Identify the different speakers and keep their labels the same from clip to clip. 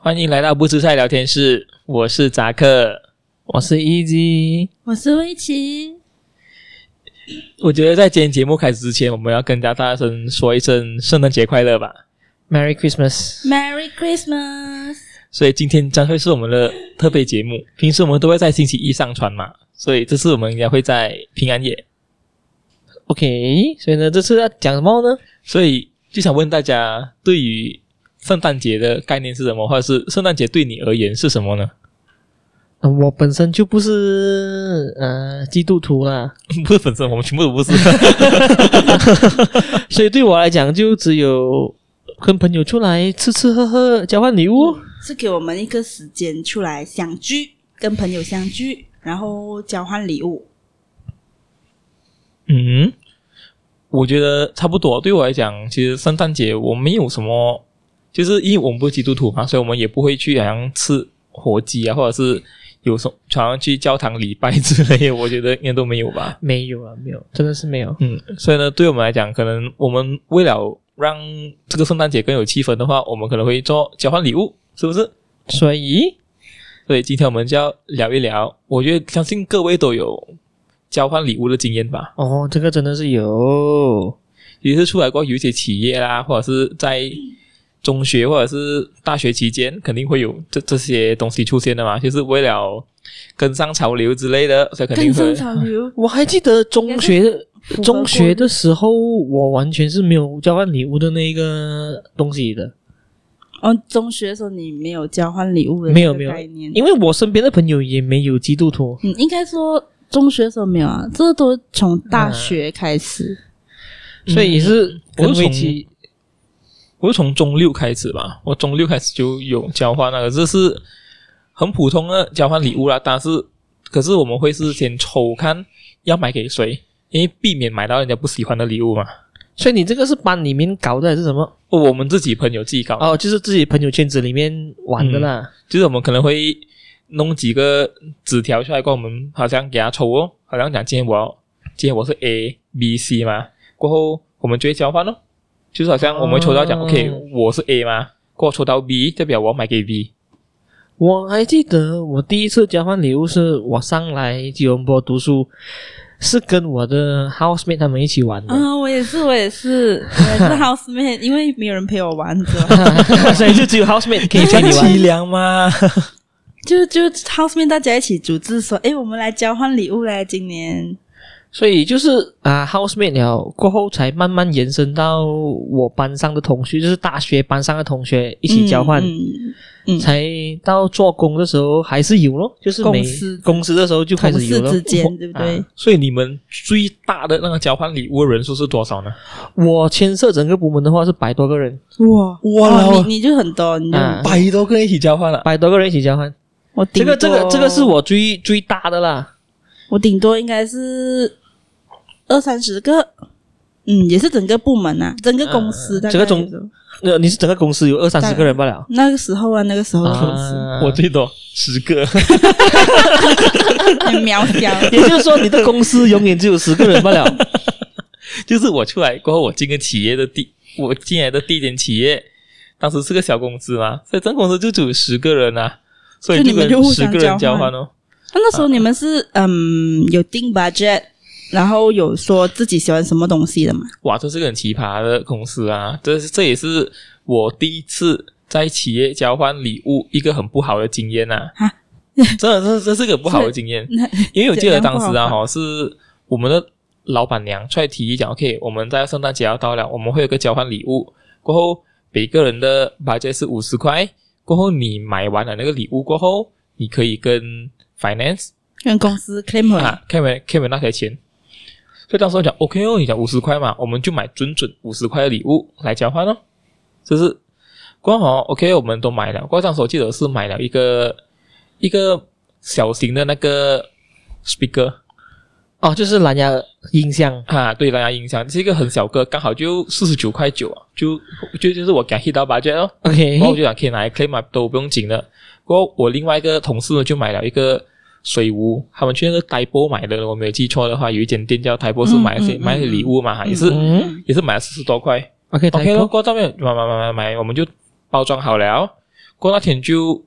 Speaker 1: 欢迎来到不吃菜聊天室，我是扎克，我是 E EZ。
Speaker 2: 我是威奇，
Speaker 1: 我觉得在今天节目开始之前，我们要跟大家大声说一声圣诞节快乐吧，Merry Christmas。
Speaker 2: Merry Christmas！
Speaker 1: 所以今天将会是我们的特别节目，平时我们都会在星期一上传嘛，所以这次我们应该会在平安夜。
Speaker 3: OK，所以呢，这次要讲什么呢？
Speaker 1: 所以就想问大家，对于圣诞节的概念是什么，或者是圣诞节对你而言是什么呢？
Speaker 3: 呃我本身就不是呃基督徒啦，
Speaker 1: 不是本身，我们全部都不是。
Speaker 3: 所以对我来讲，就只有跟朋友出来吃吃喝喝，交换礼物。
Speaker 2: 是给我们一个时间出来相聚，跟朋友相聚，然后交换礼物。
Speaker 1: 嗯，我觉得差不多。对我来讲，其实圣诞节我没有什么，就是因为我们不是基督徒嘛，所以我们也不会去好像吃火鸡啊，或者是有什么好像去教堂礼拜之类的。我觉得应该都没有吧。
Speaker 3: 没有啊，没有，真的是没有。
Speaker 1: 嗯，所以呢，对我们来讲，可能我们为了让这个圣诞节更有气氛的话，我们可能会做交换礼物，是不是？
Speaker 3: 所以
Speaker 1: 所以今天我们就要聊一聊。我觉得相信各位都有交换礼物的经验吧。
Speaker 3: 哦，这个真的是有。
Speaker 1: 也是出来过有一些企业啦，或者是在中学或者是大学期间，肯定会有这这些东西出现的嘛，就是为了跟上潮流之类的，所以肯定
Speaker 2: 跟上
Speaker 1: 会。
Speaker 2: 潮流，
Speaker 3: 我还记得中学中学的时候，我完全是没有交换礼物的那个东西的，
Speaker 2: 哦，中学的时候你没有交换礼物的
Speaker 3: 没有
Speaker 2: 这个
Speaker 3: 没有
Speaker 2: 概念，
Speaker 3: 因为我身边的朋友也没有基督徒。
Speaker 2: 嗯，应该说中学的时候没有啊，这都从大
Speaker 3: 嗯
Speaker 2: 学开始。
Speaker 3: 所以是
Speaker 1: 嗯
Speaker 3: 跟
Speaker 1: 我是
Speaker 3: 危
Speaker 1: 从
Speaker 3: 机
Speaker 1: 我是从中六开始吧，我中六开始就有交换那个，这是很普通的交换礼物啦。但是，可是我们会是先抽看要买给谁，因为避免买到人家不喜欢的礼物嘛。哦
Speaker 3: 所以你这个是班里面搞的还是什么？
Speaker 1: 我们自己朋友自己搞的嗯
Speaker 3: 哦，就是自己朋友圈子里面玩的啦。
Speaker 1: 就是我们可能会弄几个纸条出来，过后我们好像给他抽哦，好像讲今天我要今天我是 A B C 嘛，过后我们就会交换哦，就是好像我们会抽到讲、
Speaker 3: 哦
Speaker 1: OK 我是 A 嘛，过后抽到 B 代表我要买给 B，
Speaker 3: 我还记得我第一次交换礼物是我上来吉隆坡读书，是跟我的 housemate 他们一起玩的，
Speaker 2: 啊，我也是，我也是，我也是 housemate，因为没有人陪我玩，知道吧
Speaker 3: 所以就只有 housemate 可以陪你玩。
Speaker 1: 凄凉吗？
Speaker 2: 就就 housemate 大家一起组织说，诶，我们来交换礼物嘞，今年。
Speaker 3: 所以就是啊，housemate 了过后才慢慢延伸到我班上的同学，就是大学班上的同学一起交换。
Speaker 2: 嗯嗯
Speaker 3: 才到做工的时候还是有咯，就是每
Speaker 2: 公司
Speaker 3: 公司的时候就开
Speaker 2: 同
Speaker 3: 始有
Speaker 2: 事
Speaker 3: 咯。
Speaker 2: 之间，对不对
Speaker 3: 啊？
Speaker 1: 所以你们最大的那个交换礼物的人数是多少呢？
Speaker 3: 我牵涉整个部门的话是百多个人，
Speaker 2: 哇
Speaker 1: 哇
Speaker 2: 哇，
Speaker 1: 老
Speaker 2: 你你就很多，你就
Speaker 3: 啊
Speaker 1: 百多个人一起交换了，啊
Speaker 3: 百多个人一起交换。
Speaker 2: 我
Speaker 3: 这
Speaker 2: 顶
Speaker 3: 个这个
Speaker 2: 多
Speaker 3: 这个是我最最大的啦。
Speaker 2: 我顶多应该是二三十个，嗯，也是整个部门啊，整个公
Speaker 1: 嗯
Speaker 2: 司大概
Speaker 3: 整
Speaker 2: 有
Speaker 3: 个
Speaker 2: 时候，
Speaker 3: 总那、呃你是整个公司有二三十个人罢了。
Speaker 2: 那个时候啊，那个时候的公司
Speaker 3: 啊
Speaker 1: 我 最多十个，
Speaker 2: 很渺 小，
Speaker 3: 也就是说，你的公司永远只有十个人罢 了。
Speaker 1: 就是我出来过后，我进个企业的第，我进来的第一间企业，当时是个小公司嘛，所以整公司就只有十个人啊，所以
Speaker 2: 就你们
Speaker 1: 跟
Speaker 2: 就互
Speaker 1: 十
Speaker 2: 相
Speaker 1: 个人
Speaker 2: 交
Speaker 1: 交
Speaker 2: 换
Speaker 1: 换哦。
Speaker 2: 那那时候你们是嗯有定 budget，然后有说自己喜欢什么东西的嘛？
Speaker 1: 哇，这是个很奇葩的公司啊！这是这也是我第一次在企业交换礼物一个很不好的经验呐、啊
Speaker 2: 哈。
Speaker 1: 真的，这这是个不好的经验。
Speaker 2: 那
Speaker 1: 因为我记得当时
Speaker 2: 怎
Speaker 1: 啊，
Speaker 2: 样不
Speaker 1: 哈，是我们的老板娘出来提议讲，OK，我们在圣诞节要到了，我们会有个交换礼物，过后每个人的 budget 是五十块，过后你买完了那个礼物过后，你可以跟 finance
Speaker 2: 跟公司 claim 回来，
Speaker 1: 啊 claim 回 claim 回那些钱。所以当时我讲 OK 哦，你讲五十块嘛，我们就买准准五十块的礼物来交换哦，就是刚好 OK，我们都买了。过后当时我记得是买了一个一个小型的那个 speaker。
Speaker 3: 哦，就是蓝牙音箱，
Speaker 1: 啊，对蓝牙音箱，这个很小个，刚好就四十九块九啊，就就就是我给 hit 到 budget 哦，
Speaker 3: OK，
Speaker 1: 然后我就想可以拿来 claim 啊，都不用紧的。过后我另外一个同事呢就买了一个水壶，他们去那个 d 波买的，我没有记错的话，有一间店叫 d 波是
Speaker 2: 嗯
Speaker 1: 买一些、
Speaker 2: 嗯嗯
Speaker 1: 买一些礼物啊嘛，也是、
Speaker 3: 嗯
Speaker 1: 也是买了四十多块。
Speaker 3: OK，
Speaker 1: OK
Speaker 3: 台
Speaker 1: 咯，
Speaker 3: 风，
Speaker 1: 过后到面买买买买买，我们就包装好了。过后那天就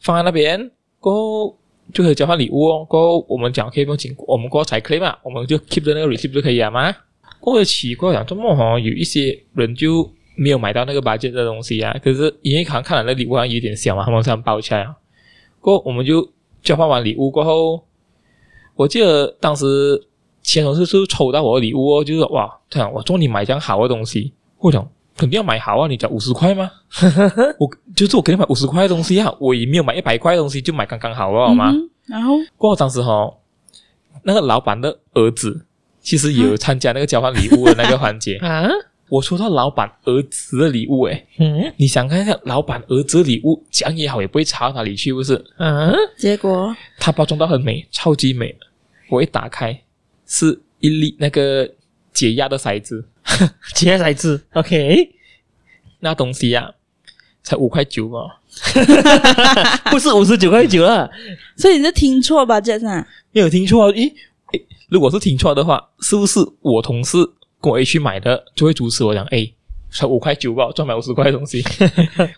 Speaker 1: 放在那边，过后就可以交换礼物哦。过后我们讲可以不用紧，我们过后才 claim 嘛，我们就 keep 着那个 receipt 就可以了嘛。过后奇怪讲，怎么好像有一些人就没有买到那个 budget 的东西啊？可是因为好像看了那礼物好像有点小嘛，他们想包起来啊。过后我们就交换完礼物过后，我记得当时前同事是抽到我的礼物哦，就是说哇，这样我终于买这样好的东西，我讲肯定要买好啊，你讲五十块 吗？我就是我给你买五十块的东西啊，我也没有买一百块的东西，就买刚刚好了，好吗？
Speaker 2: 嗯哼然后
Speaker 1: 过后当时哈、那个老板的儿子其实也有参加那个交换礼物的那个环节
Speaker 3: 啊，
Speaker 1: 我抽到老板儿子的礼物，诶，
Speaker 3: 嗯
Speaker 1: 你想看一下，老板儿子的礼物讲也好，也不会差到哪里去，不是？
Speaker 3: 啊，
Speaker 2: 结果
Speaker 1: 它包装到很美，超级美。我一打开，是一粒那个解压的骰子，
Speaker 3: 接骰子，OK，
Speaker 1: 那东西呀、才五块九嘛，
Speaker 3: 不是五十九块九 了，
Speaker 2: 所以你是听错吧，这样
Speaker 1: 没有听错啊？咦，诶如果是听错的话，是不是我同事跟我一起买的，就会阻止我讲，哎，才五块九吧，我赚买五十块的东西。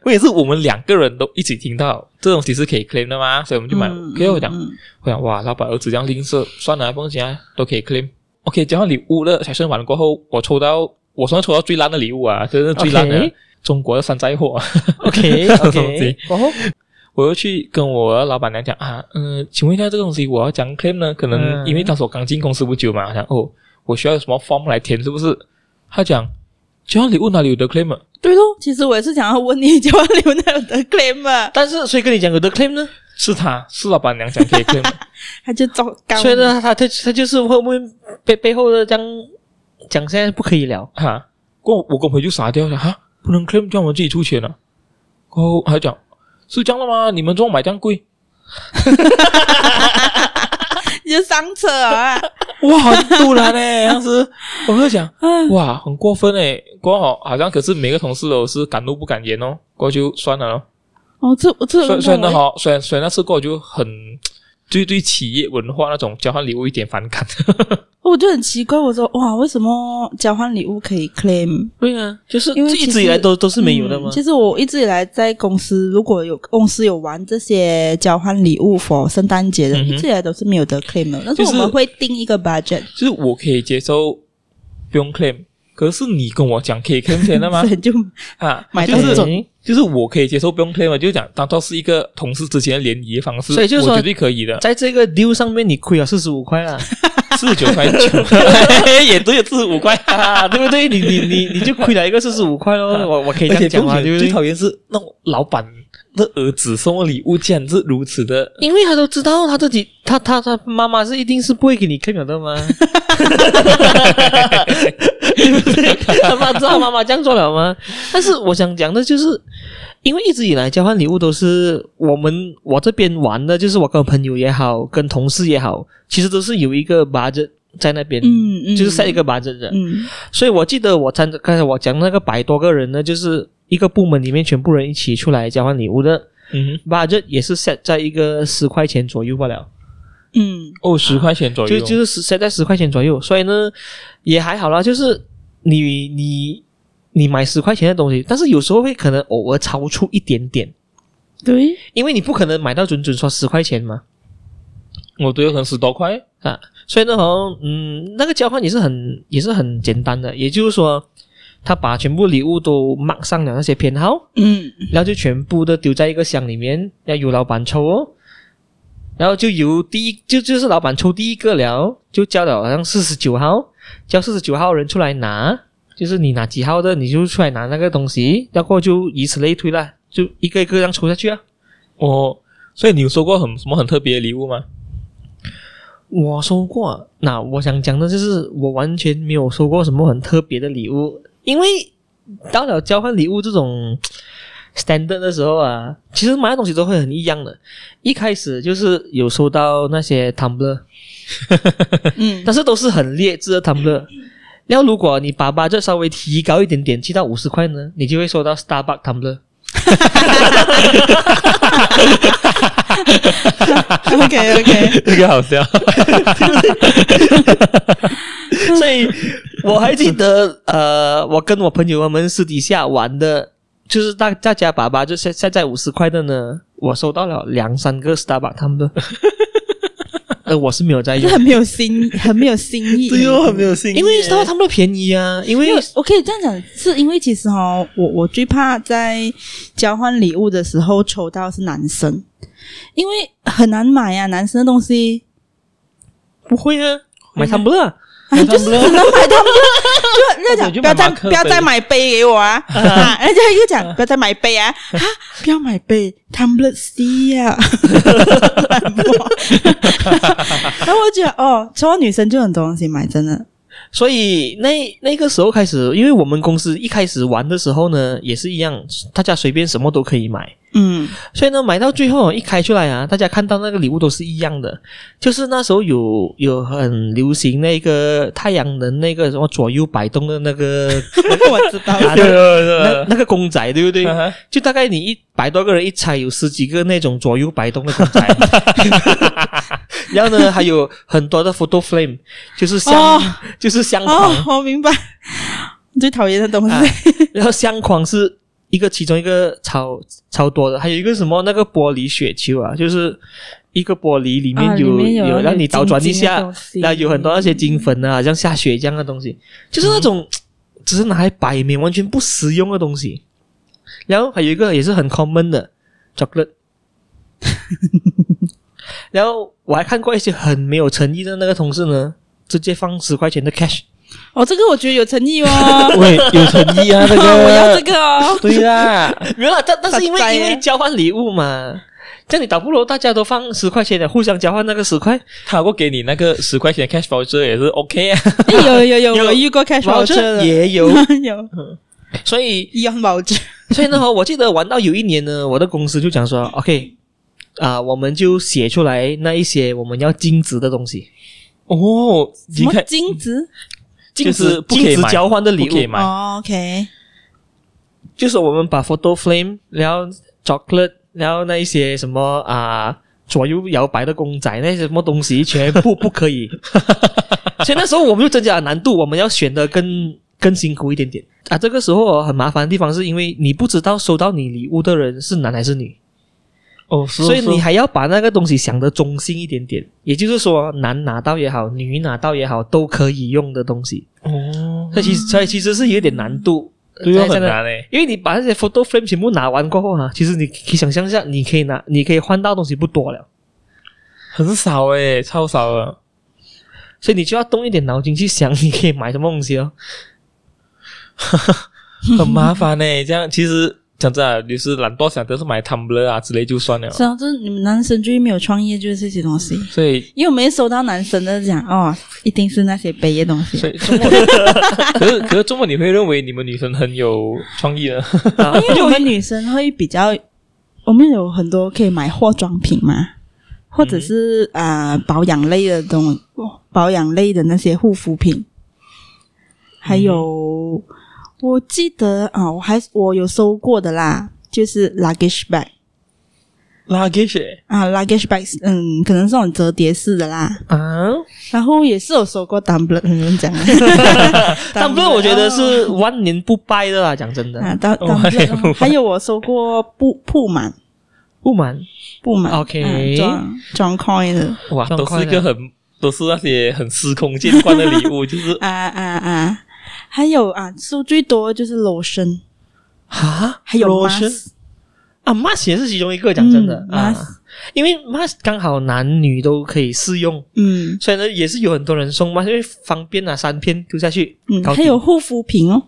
Speaker 1: 问题是我们两个人都一起听到，这东西是可以 claim 的嘛，所以我们就买。
Speaker 2: 嗯
Speaker 1: 给我讲，我想哇，老板儿子这样吝啬，算了，不用紧啊，都可以 claim。OK，交换礼物了，才算完了过后，我抽到我算抽到最烂的礼物啊，真是最烂的
Speaker 3: OK
Speaker 1: 中国的山寨货。
Speaker 3: OK
Speaker 1: 什么东
Speaker 3: OK，
Speaker 1: 西我又去跟我的老板娘讲啊，嗯、请问一下这个东西我要讲 claim 呢？可能
Speaker 3: 嗯
Speaker 1: 因为当时我刚进公司不久嘛，我想哦，我需要有什么 form 来填是不是？他讲交换礼物哪里有得 claim 啊？
Speaker 2: 对咯，其实我也是想要问你，交换礼物那 有得 claim 吗？
Speaker 3: 但是谁跟你讲有的 claim 呢？
Speaker 1: 是他是老板娘讲可以 claim，的
Speaker 2: 他就糟糕，
Speaker 3: 所以呢，他他他就是后面背背后的这样讲，现在不可以聊。
Speaker 1: 哈，过后我跟我朋友就傻掉了哈，不能 claim 叫我们自己出钱了、啊。过后他讲是这样的吗？你们怎么买这样贵？
Speaker 2: 你就上车 啊！
Speaker 1: 哇，很突然嘞、当时我就讲，哇，很过分哎、过后好像可是每个同事都是敢怒不敢言哦，过后就算了咯。
Speaker 2: 哦，这我这
Speaker 1: 虽虽然呢哈，虽然虽然那次过后就很对对企业文化那种交换礼物一点反感，
Speaker 2: 哦我就很奇怪，我说哇，为什么交换礼物可以 claim？
Speaker 3: 对啊，就是
Speaker 2: 因为
Speaker 3: 一
Speaker 2: 其
Speaker 3: 直
Speaker 2: 实
Speaker 3: 以来都都是没有的
Speaker 2: 嗯。
Speaker 3: 嘛
Speaker 2: 其实我一直以来在公司，如果有公司有玩这些交换礼物 for 圣诞节的，
Speaker 1: 嗯哼
Speaker 2: 一直以来都是没有得 claim 的。但是
Speaker 1: 就是
Speaker 2: 我们会定一个 budget，
Speaker 1: 就是我可以接受不用 claim，可是你跟我讲可以 claim 钱的吗
Speaker 2: 所？以就
Speaker 1: 啊，
Speaker 2: 买
Speaker 1: 就
Speaker 2: 到这
Speaker 1: 是
Speaker 2: 种
Speaker 3: 嗯
Speaker 1: 就是我可以接受不用 claim 嘛，就是讲当做是一个同事之间的联谊方式，
Speaker 3: 所以就是说
Speaker 1: 我绝对可 以的，
Speaker 3: 在这个 deal 上面，你亏了四十五块啦，
Speaker 1: 四十九块九。
Speaker 3: 也只有四十五块，啊对不对？你你你你就亏了一个四十五块咯。我我可以 这
Speaker 1: 而且
Speaker 3: 样讲
Speaker 1: 重
Speaker 3: 嘛，
Speaker 1: 点
Speaker 3: 对不
Speaker 1: 最
Speaker 3: 对？
Speaker 1: 讨厌是那种老板的儿子送的礼物竟然是如此的，
Speaker 3: 因为他都知道他自己，他他他妈妈是一定是不会给你 claim 了的嘛，对不对？他妈知道妈妈这样做了吗？但是我想讲的就是，因为一直以来交换礼物都是我们我这边玩的，就是我跟朋友也好，跟同事也好，其实都是有一个 budget 在那边，
Speaker 2: 嗯嗯，
Speaker 3: 就是 set 一个 budget 的。
Speaker 2: 嗯
Speaker 3: 所以我记得我参刚才我讲那个百多个人呢，就是一个部门里面全部人一起出来交换礼物的
Speaker 1: 嗯，
Speaker 3: budget 也是 set 在一个十块钱左右罢了。
Speaker 2: 嗯
Speaker 1: 哦，十块钱左
Speaker 3: 就
Speaker 1: 右，
Speaker 3: 就是十塞在十块钱左右，所以呢也还好啦，就是你你你买十块钱的东西，但是有时候会可能偶尔超出一点点，
Speaker 2: 对，
Speaker 3: 因为你不可能买到准准说十块钱嘛
Speaker 1: 我都有可能十多块，
Speaker 3: 啊，所以呢好像嗯那个交换也是很也是很简单的，也就是说他把全部礼物都 mark 上了那些偏好，
Speaker 2: 嗯
Speaker 3: 然后就全部都丢在一个箱里面，要由老板抽哦。然后就由第一就就是老板抽第一个了，就叫了好像四十九号，叫四十九号人出来拿，就是你拿几号的你就出来拿那个东西，然后就以此类推啦，就一个一个这样抽下去啊。
Speaker 1: 哦，所以你有收过很什么很特别的礼物吗？
Speaker 3: 我收过啊，那我想讲的就是我完全没有收过什么很特别的礼物，因为到了交换礼物这种 standard 的时候啊，其实买的东西都会很一样的。一开始就是有收到那些 tumbler，
Speaker 2: 嗯
Speaker 3: 但是都是很劣质的 tumbler。然后如果你把 budget 稍微提高一点点，去到五十块呢，你就会收到 Starbucks tumbler。
Speaker 2: ，OK OK，
Speaker 1: 这个好笑，
Speaker 3: 所以我还记得，呃，我跟我朋友他们私底下玩的就是大大家把把就现现在五十块的呢，我收到了两三个 Starbucks 他们的， 呃，我是没有在
Speaker 2: 就
Speaker 3: 用，
Speaker 2: 很没有新，很没有新 意。
Speaker 3: 哦，很没有心
Speaker 2: 意
Speaker 3: 因为 Starbucks 他们都便宜啊， 因为
Speaker 2: 因为我可以这样讲，是因为其实哦，我我最怕在交换礼物的时候抽到是男生，因为很难买啊，男生的东西
Speaker 3: 不会啊，买他们了，
Speaker 2: 哎， 就是很难买他们就就人家
Speaker 1: 我就
Speaker 2: 啊讲不
Speaker 1: 买
Speaker 2: 要再
Speaker 1: 马克杯
Speaker 2: 不要再买杯给我 啊，啊人家又讲不要再买杯 啊，啊不要买杯，tumbler C 啊，然后我觉得哦，抽到女生就很多东西买，真的，
Speaker 3: 所以那那个时候开始，因为我们公司一开始玩的时候呢，也是一样，大家随便什么都可以买。
Speaker 2: 嗯
Speaker 3: 所以呢，买到最后一开出来啊，大家看到那个礼物都是一样的，就是那时候有有很流行那个太阳能那个什么左右摆动的那个， 我知 道
Speaker 1: 对
Speaker 3: 那那
Speaker 1: 对
Speaker 3: 那个公仔对不对
Speaker 2: 嗯
Speaker 1: 对，？ 啊哈
Speaker 3: 就大概你一百多个人一猜，有十几个那种左右摆动的公 仔，然后呢，还有很多的 photo frame，就是相、
Speaker 2: 哦
Speaker 3: 就是相框。
Speaker 2: 哦，我明白， 你最讨厌的东西，
Speaker 3: 啊然后相框是一个其中一个超超多的，还有一个什么那个玻璃雪球啊，就是一个玻璃哎里 面
Speaker 2: 啊
Speaker 3: 有、
Speaker 2: 里面有
Speaker 3: 有
Speaker 2: 那
Speaker 3: 让
Speaker 2: 个
Speaker 3: 你倒转一
Speaker 2: 晶晶的
Speaker 3: 下
Speaker 2: 东，西
Speaker 3: 然后有很多那些金粉啊，好像下雪这样的东西，就是那
Speaker 2: 嗯
Speaker 3: 种、只是拿来摆明完全不实用的东西。然后还有一个也是很 common 的 chocolate。然后我还看过一些很没有诚意的那个同事呢，直接放十块钱的 cash，
Speaker 2: 哦，这个我觉得有诚意 哦，
Speaker 1: 喂，有诚意啊， 这
Speaker 2: 我要
Speaker 1: 个
Speaker 2: 这。个哦，
Speaker 1: 对啦，
Speaker 3: 没有啦，但但是因
Speaker 2: 他栽
Speaker 3: 为因
Speaker 2: 了
Speaker 3: 为交换礼物嘛，这样你倒不如大家都放十块钱的，互相交换那个十块。
Speaker 1: 他如果给你那个十块钱的 cash voucher 也是 OK 啊。
Speaker 2: 哎有有有，
Speaker 3: 有
Speaker 2: 我遇过开
Speaker 3: voucher
Speaker 2: 保车的，
Speaker 3: 也有
Speaker 2: 有
Speaker 3: 所以
Speaker 2: 一样保车，
Speaker 3: 所以呢，我记得玩到有一年呢，我的公司就讲说，OK 啊、我们就写出来那一些我们要净值的东西，
Speaker 1: 哦，
Speaker 2: 什
Speaker 1: 你
Speaker 2: 么
Speaker 1: 看，
Speaker 2: 金子
Speaker 1: 就
Speaker 3: 净
Speaker 1: 是
Speaker 3: 值
Speaker 1: 不可以
Speaker 3: 净值
Speaker 1: 买
Speaker 3: 交换的礼
Speaker 1: 不可以
Speaker 3: 物，
Speaker 1: 买
Speaker 2: 哦，OK，
Speaker 3: 就是我们把 photo frame，然后 chocolate，然后那一些什么啊。左右摇摆的公仔，那些什么东西全部不可以， 所以那时候我们就增加了难度，我们要选的更更辛苦一点点啊。这个时候哦很麻烦的地方是因为你不知道收到你礼物的人是男还是女，
Speaker 1: 哦，是
Speaker 3: 所以你
Speaker 1: 是
Speaker 3: 还要把那个东西想得中性一点点，也就是说男拿到也好，女拿到也好都可以用的东西。
Speaker 1: 哦，
Speaker 3: 所以其实所以其实是有点难度，
Speaker 1: 对啊，
Speaker 3: 在
Speaker 1: 很
Speaker 3: 在那
Speaker 1: 难诶。
Speaker 3: 因为你把那些 photo frame 全部拿完过后啊，其实你可以想象一下，你可以拿，你可以换到的东西不多了，
Speaker 1: 很少诶，超少啊 了。
Speaker 3: 所以你就要动一点脑筋去想你可以买什么东西 哦。
Speaker 1: 很麻烦呢、这样其实讲真啊，你是懒惰想，都是买 Tumblr 啊之类就算了。
Speaker 3: 哦
Speaker 2: 是啊，就是你们男生就是没有创业，就是这些东西。
Speaker 1: 所以，
Speaker 2: 因为我没收到男生的讲哦，一定是那些杯的东西。
Speaker 1: 所以 周末，可是可是周末你会认为你们女生很有创意呢？
Speaker 3: 啊
Speaker 2: 因为我们女生会比较，我们有很多可以买化妆品嘛，或者是啊、呃保养类的东，保养类的那些护肤品，还有、我记得啊，我还我有收过的啦，就是 luggage bag
Speaker 1: 拉 u g
Speaker 2: 啊，luggage bag，嗯，可能是那种折叠式的啦。
Speaker 3: 啊，
Speaker 2: 然后也是有收过 Tumblr，嗯， 讲
Speaker 3: 但不
Speaker 2: ，Tumblr
Speaker 3: 过我觉得是呃万年不败的啦，讲真的，
Speaker 2: 啊，当当
Speaker 1: 我也不买
Speaker 2: 还有我收过布布满
Speaker 3: 不满
Speaker 2: 布满
Speaker 3: OK
Speaker 2: 嗯装装 coin 的
Speaker 1: 哇，
Speaker 3: 爽
Speaker 1: 都
Speaker 3: 快
Speaker 1: 是一
Speaker 3: 了
Speaker 1: 个很都是那些很司空见惯的礼物， 就是
Speaker 2: 啊啊啊，还有啊，收最多就是 lotion，
Speaker 3: 啊，
Speaker 2: 还有
Speaker 3: lotion
Speaker 2: mask，
Speaker 3: 啊，mask 也是其中一个，讲真的、
Speaker 2: 嗯
Speaker 3: 啊
Speaker 2: mask，
Speaker 3: 因为 mask 刚好男女都可以适用，
Speaker 2: 嗯
Speaker 3: 所以呢也是有很多人送 mask，因为方便啊，三片丢下去，
Speaker 2: 嗯，
Speaker 3: 搞
Speaker 2: 还
Speaker 3: 定
Speaker 2: 有护肤品哦，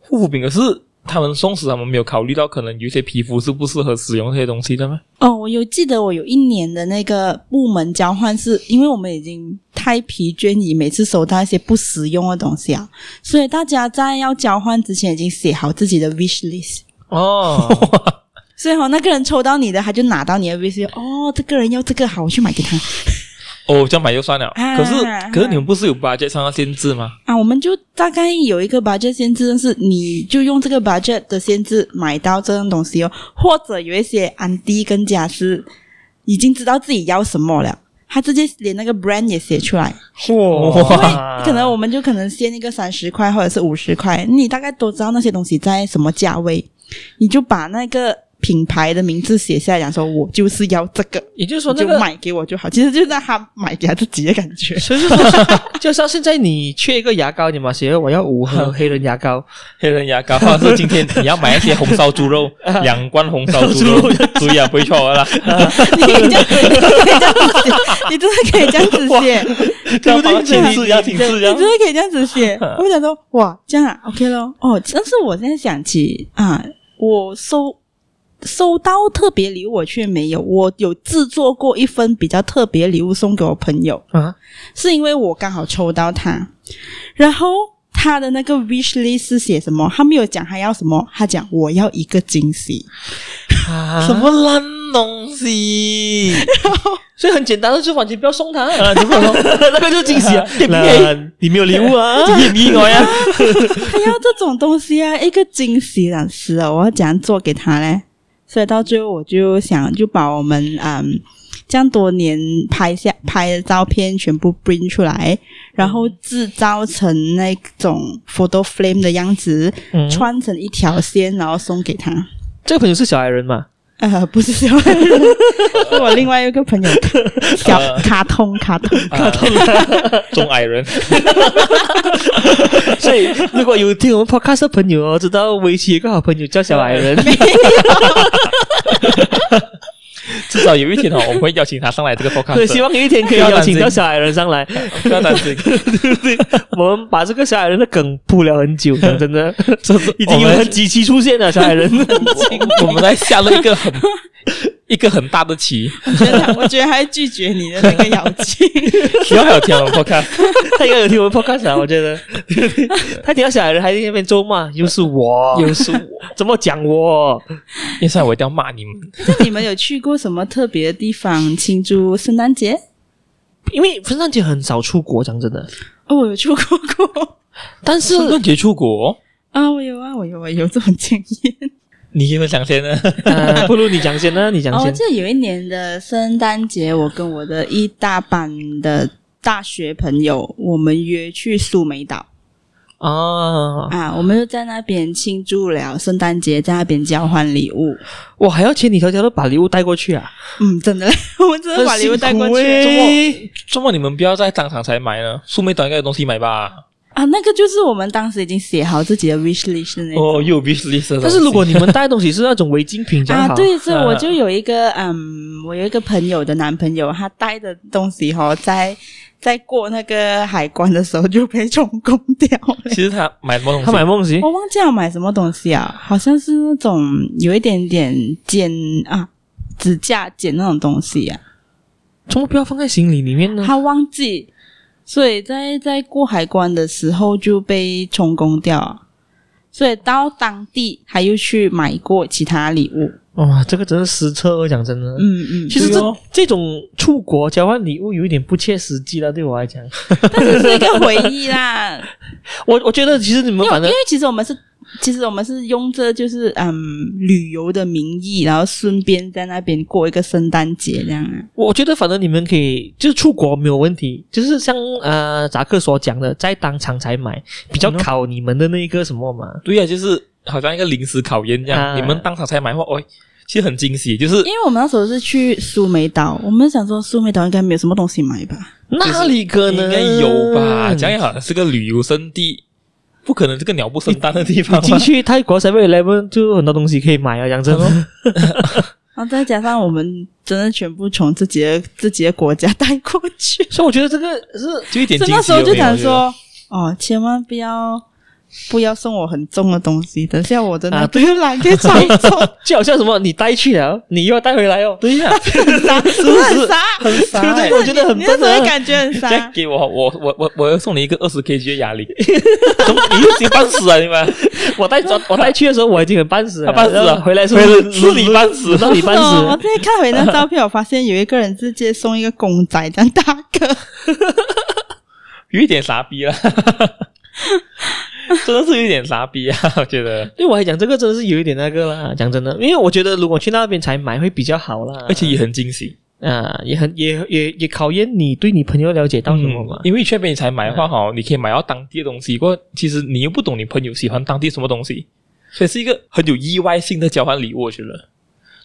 Speaker 1: 护肤品。可是他们送时，他们没有考虑到可能有些皮肤是不适合使用这些东西的吗？
Speaker 2: 哦，我有记得我有一年的那个部门交换是，因为我们已经太疲倦于每次收到一些不实用的东西啊，所以大家在要交换之前已经写好自己的 wish list。
Speaker 3: 哦，
Speaker 2: 所以哦，那个人抽到你的，他就拿到你的 VC。哦，这个人要这个，好，我去买给他
Speaker 1: 哦，这样买就算了。
Speaker 2: 啊
Speaker 1: 可是可是你们不是有 budget 上的限制吗？
Speaker 2: 啊。我们就大概有一个 budget 限制，就是你就用这个 budget 的限制买到这样东西哦。或者有一些安迪跟家是已经知道自己要什么了，他直接连那个 brand 也写出来，
Speaker 3: 哇
Speaker 2: 可能我们就可能限一个三十块或者是五十块，你大概都知道那些东西在什么价位，你就把那个品牌的名字写下来，讲说我就是要这个，
Speaker 3: 也就是说
Speaker 2: 你
Speaker 3: 哦
Speaker 2: 就
Speaker 3: 那个，
Speaker 2: 买给我就好。其实就让他买给他自己的感觉。
Speaker 3: 所以就说 就像现在你缺一个牙膏，你嘛写我要五盒黑人牙膏，
Speaker 1: 黑人牙膏，或者是今天你要买一些红烧猪 肉，两罐红烧猪肉，注意啊，不会错了啦，
Speaker 2: 你可以这样，你可以这样子写，你真的可以这样子写，
Speaker 1: 这样帮他
Speaker 2: 对
Speaker 1: 请示一下，请示一
Speaker 2: 你真
Speaker 1: 下。
Speaker 2: 的 可以这样子 写。我想说，哇，这样啊，OK 咯。哦，但是我现在想起啊，我收收到特别礼物，我却没有。我有制作过一份比较特别礼物送给我朋友，
Speaker 3: 啊，
Speaker 2: 是因为我刚好抽到它，然后。他的那个 wish list 是写什么？他没有讲他要什么，他讲我要一个惊 喜。
Speaker 3: 啊
Speaker 1: 什么烂东西？
Speaker 3: 所以很简单，就是完全不要送他，
Speaker 1: 啊，你不能说
Speaker 3: 那个就是惊喜 啊，也不可以
Speaker 1: 烂，你没有礼物啊？你也迷我 呀？
Speaker 2: 他要这种东西啊，一个惊喜，老师啊，我要怎样做给他嘞？所以到最后，我就想就把我们嗯这样多年拍下拍的照片全部 print 出来，然后制造成那种 photo frame 的样子，
Speaker 3: 嗯
Speaker 2: 穿成一条线，然后送给他。
Speaker 3: 这个朋友是小矮人 嘛？
Speaker 2: 呃，不是小矮人，是我另外一个朋友，小卡通卡通。
Speaker 1: 啊 中矮人，
Speaker 3: 所以如果有听我们 podcast 的朋友哦，知道围棋有个好朋友叫小矮 人，
Speaker 1: 至少有一天哦，我们会邀请他上来这个 podcast。
Speaker 3: 对，希望有一天可以邀请到小矮人上来。
Speaker 1: 不要担 心，
Speaker 3: 我们把这个小矮人的梗铺了很久，讲真 的，已经有
Speaker 1: 我们
Speaker 3: 很几期出现了小矮人。
Speaker 1: 我我们在下了一个很一个很大的棋，
Speaker 2: 我觉得他，我觉得他会拒绝你的那个邀请。
Speaker 1: 要不要听我们 podcast？
Speaker 3: 他应该有听我们 podcast 啊，我觉得。 他听到小矮人还在那边咒骂，又是我，
Speaker 1: 又是我，
Speaker 3: 怎么讲我？
Speaker 1: 叶帅，我一定要骂你们。
Speaker 2: 那你们有去过什么特别的地方庆祝圣诞节？
Speaker 3: 因为圣诞节很少出国，讲真的。
Speaker 2: 哦，我有去过过
Speaker 3: 但 是
Speaker 1: 圣诞节出国，
Speaker 2: 啊，我有啊，我有啊，有这种经验。
Speaker 1: 你有没有想先呢？
Speaker 3: 呃不如你讲先呢，你讲
Speaker 2: 哦，
Speaker 3: 先。
Speaker 2: 这有一年的圣诞节，我跟我的一大班的大学朋友，我们约去苏梅岛
Speaker 3: 啊，
Speaker 2: 啊，我们就在那边庆祝了圣诞节，在那边交换礼物。
Speaker 3: 我还要千里迢迢的把礼物带过去啊！
Speaker 2: 嗯，真的嘞， 我们真的把礼物带过去
Speaker 3: 很辛苦欸
Speaker 1: 周末你们不要在当场才买呢，素梅岛应该有东西买吧？
Speaker 2: 啊，那个就是我们当时已经写好自己的 wish list 的那种。
Speaker 1: 哦，又有 wish list 了。
Speaker 3: 但是如果你 们带的东西是那种违禁 品，这样
Speaker 2: 啊，
Speaker 3: 好。
Speaker 2: 对，是
Speaker 1: 啊
Speaker 2: 我就有一个嗯，我有一个朋友的男朋友，他带的东西哈、哦，在在过那个海关的时候就被充公掉了。
Speaker 1: 其实他买什么东西？
Speaker 3: 他买梦西
Speaker 2: 我忘记要买什么东西啊，好像是那种有一点点剪啊指甲剪那种东西啊，
Speaker 3: 怎么不要放在行李里面呢？
Speaker 2: 他忘记，所以在在过海关的时候就被充公掉啊，所以到当地他又去买过其他礼物，
Speaker 3: 哇，这个真是失策哦，讲真的。
Speaker 2: 嗯嗯，
Speaker 3: 其实
Speaker 1: 对
Speaker 3: 这、
Speaker 1: 哦
Speaker 3: 这种出国交换礼物有一点不切实际了，对我来讲，
Speaker 2: 但是是一个回忆啦，
Speaker 3: 我我觉得其实你
Speaker 2: 因
Speaker 3: 们
Speaker 2: 为
Speaker 3: 反
Speaker 2: 因
Speaker 3: 正
Speaker 2: 为其实我们是，其实我们是用这就是嗯旅游的名义，然后顺便在那边过一个圣诞节这样啊。
Speaker 3: 我觉得反正你们可以就是出国没有问题，就是像呃扎克所讲的，在当场才买，比较
Speaker 1: 嗯哦
Speaker 3: 考你们的那个什么嘛。
Speaker 1: 对呀、就是好像一个临时考验这样，
Speaker 3: 啊
Speaker 1: 你们当场才买的话，哦，其实很惊喜，就是
Speaker 2: 因为我们那时候是去苏梅岛，我们想说苏梅岛应该没有什么东西买吧，
Speaker 3: 那里可
Speaker 1: 应
Speaker 3: 能
Speaker 1: 该有吧？讲也好，是个旅游胜地，不可能这个鸟不生蛋的地方
Speaker 3: 进
Speaker 1: 吧？
Speaker 3: 去泰国 Seven Eleven 就很多东西可以买啊，讲真的。
Speaker 1: 哦
Speaker 2: 然后再加上我们真的全部从自己的自己的国家带过去，
Speaker 3: 所以我觉得这个是
Speaker 1: 就一点
Speaker 2: 所
Speaker 1: 惊喜
Speaker 2: 以那时候就
Speaker 1: 都没有
Speaker 2: 想，说，哦，千万不要。不要送我很重的东西，等下我真的
Speaker 3: 啊
Speaker 2: 不是懒给抢走，
Speaker 3: 就好像什么，你带去了，你又要带回来哦。 对呀、
Speaker 2: 是不是很傻？很
Speaker 1: 傻
Speaker 3: 对不
Speaker 1: 哎
Speaker 3: 对？我觉得很
Speaker 2: 你那
Speaker 3: 笨
Speaker 2: 时候会
Speaker 3: 啊。
Speaker 2: 感觉很
Speaker 1: 再
Speaker 2: 傻。
Speaker 1: 给我，我我我我要送你一个二十 kg 的哑铃， 怎么你又喜欢死啊？你们
Speaker 3: 我 带走我带去的时候我已经很半死
Speaker 1: 他
Speaker 3: 了，
Speaker 1: 半死了
Speaker 3: 然后回来是
Speaker 1: 啊回来
Speaker 3: 是
Speaker 1: 是你半死
Speaker 3: 到你 半
Speaker 2: 哦我
Speaker 3: 死。
Speaker 2: 这天看回那照片，我发现有一个人直接送一个公仔当大哥，
Speaker 1: 有一点傻逼了， 真的是有一点傻逼啊！我觉得，
Speaker 3: 对我来讲，这个真的是有一点那个啦。讲真的，因为我觉得如果去那边才买会比较好啦，
Speaker 1: 而且也很惊喜，
Speaker 3: 啊，也很也也也考验你对你朋友了解到什么嘛。
Speaker 1: 嗯因为去那边你才买的话，哈、你可以买到当地的东西。不过其实你又不懂你朋友喜欢当地什么东西，所以是一个很有意外性的交换礼物。我觉得，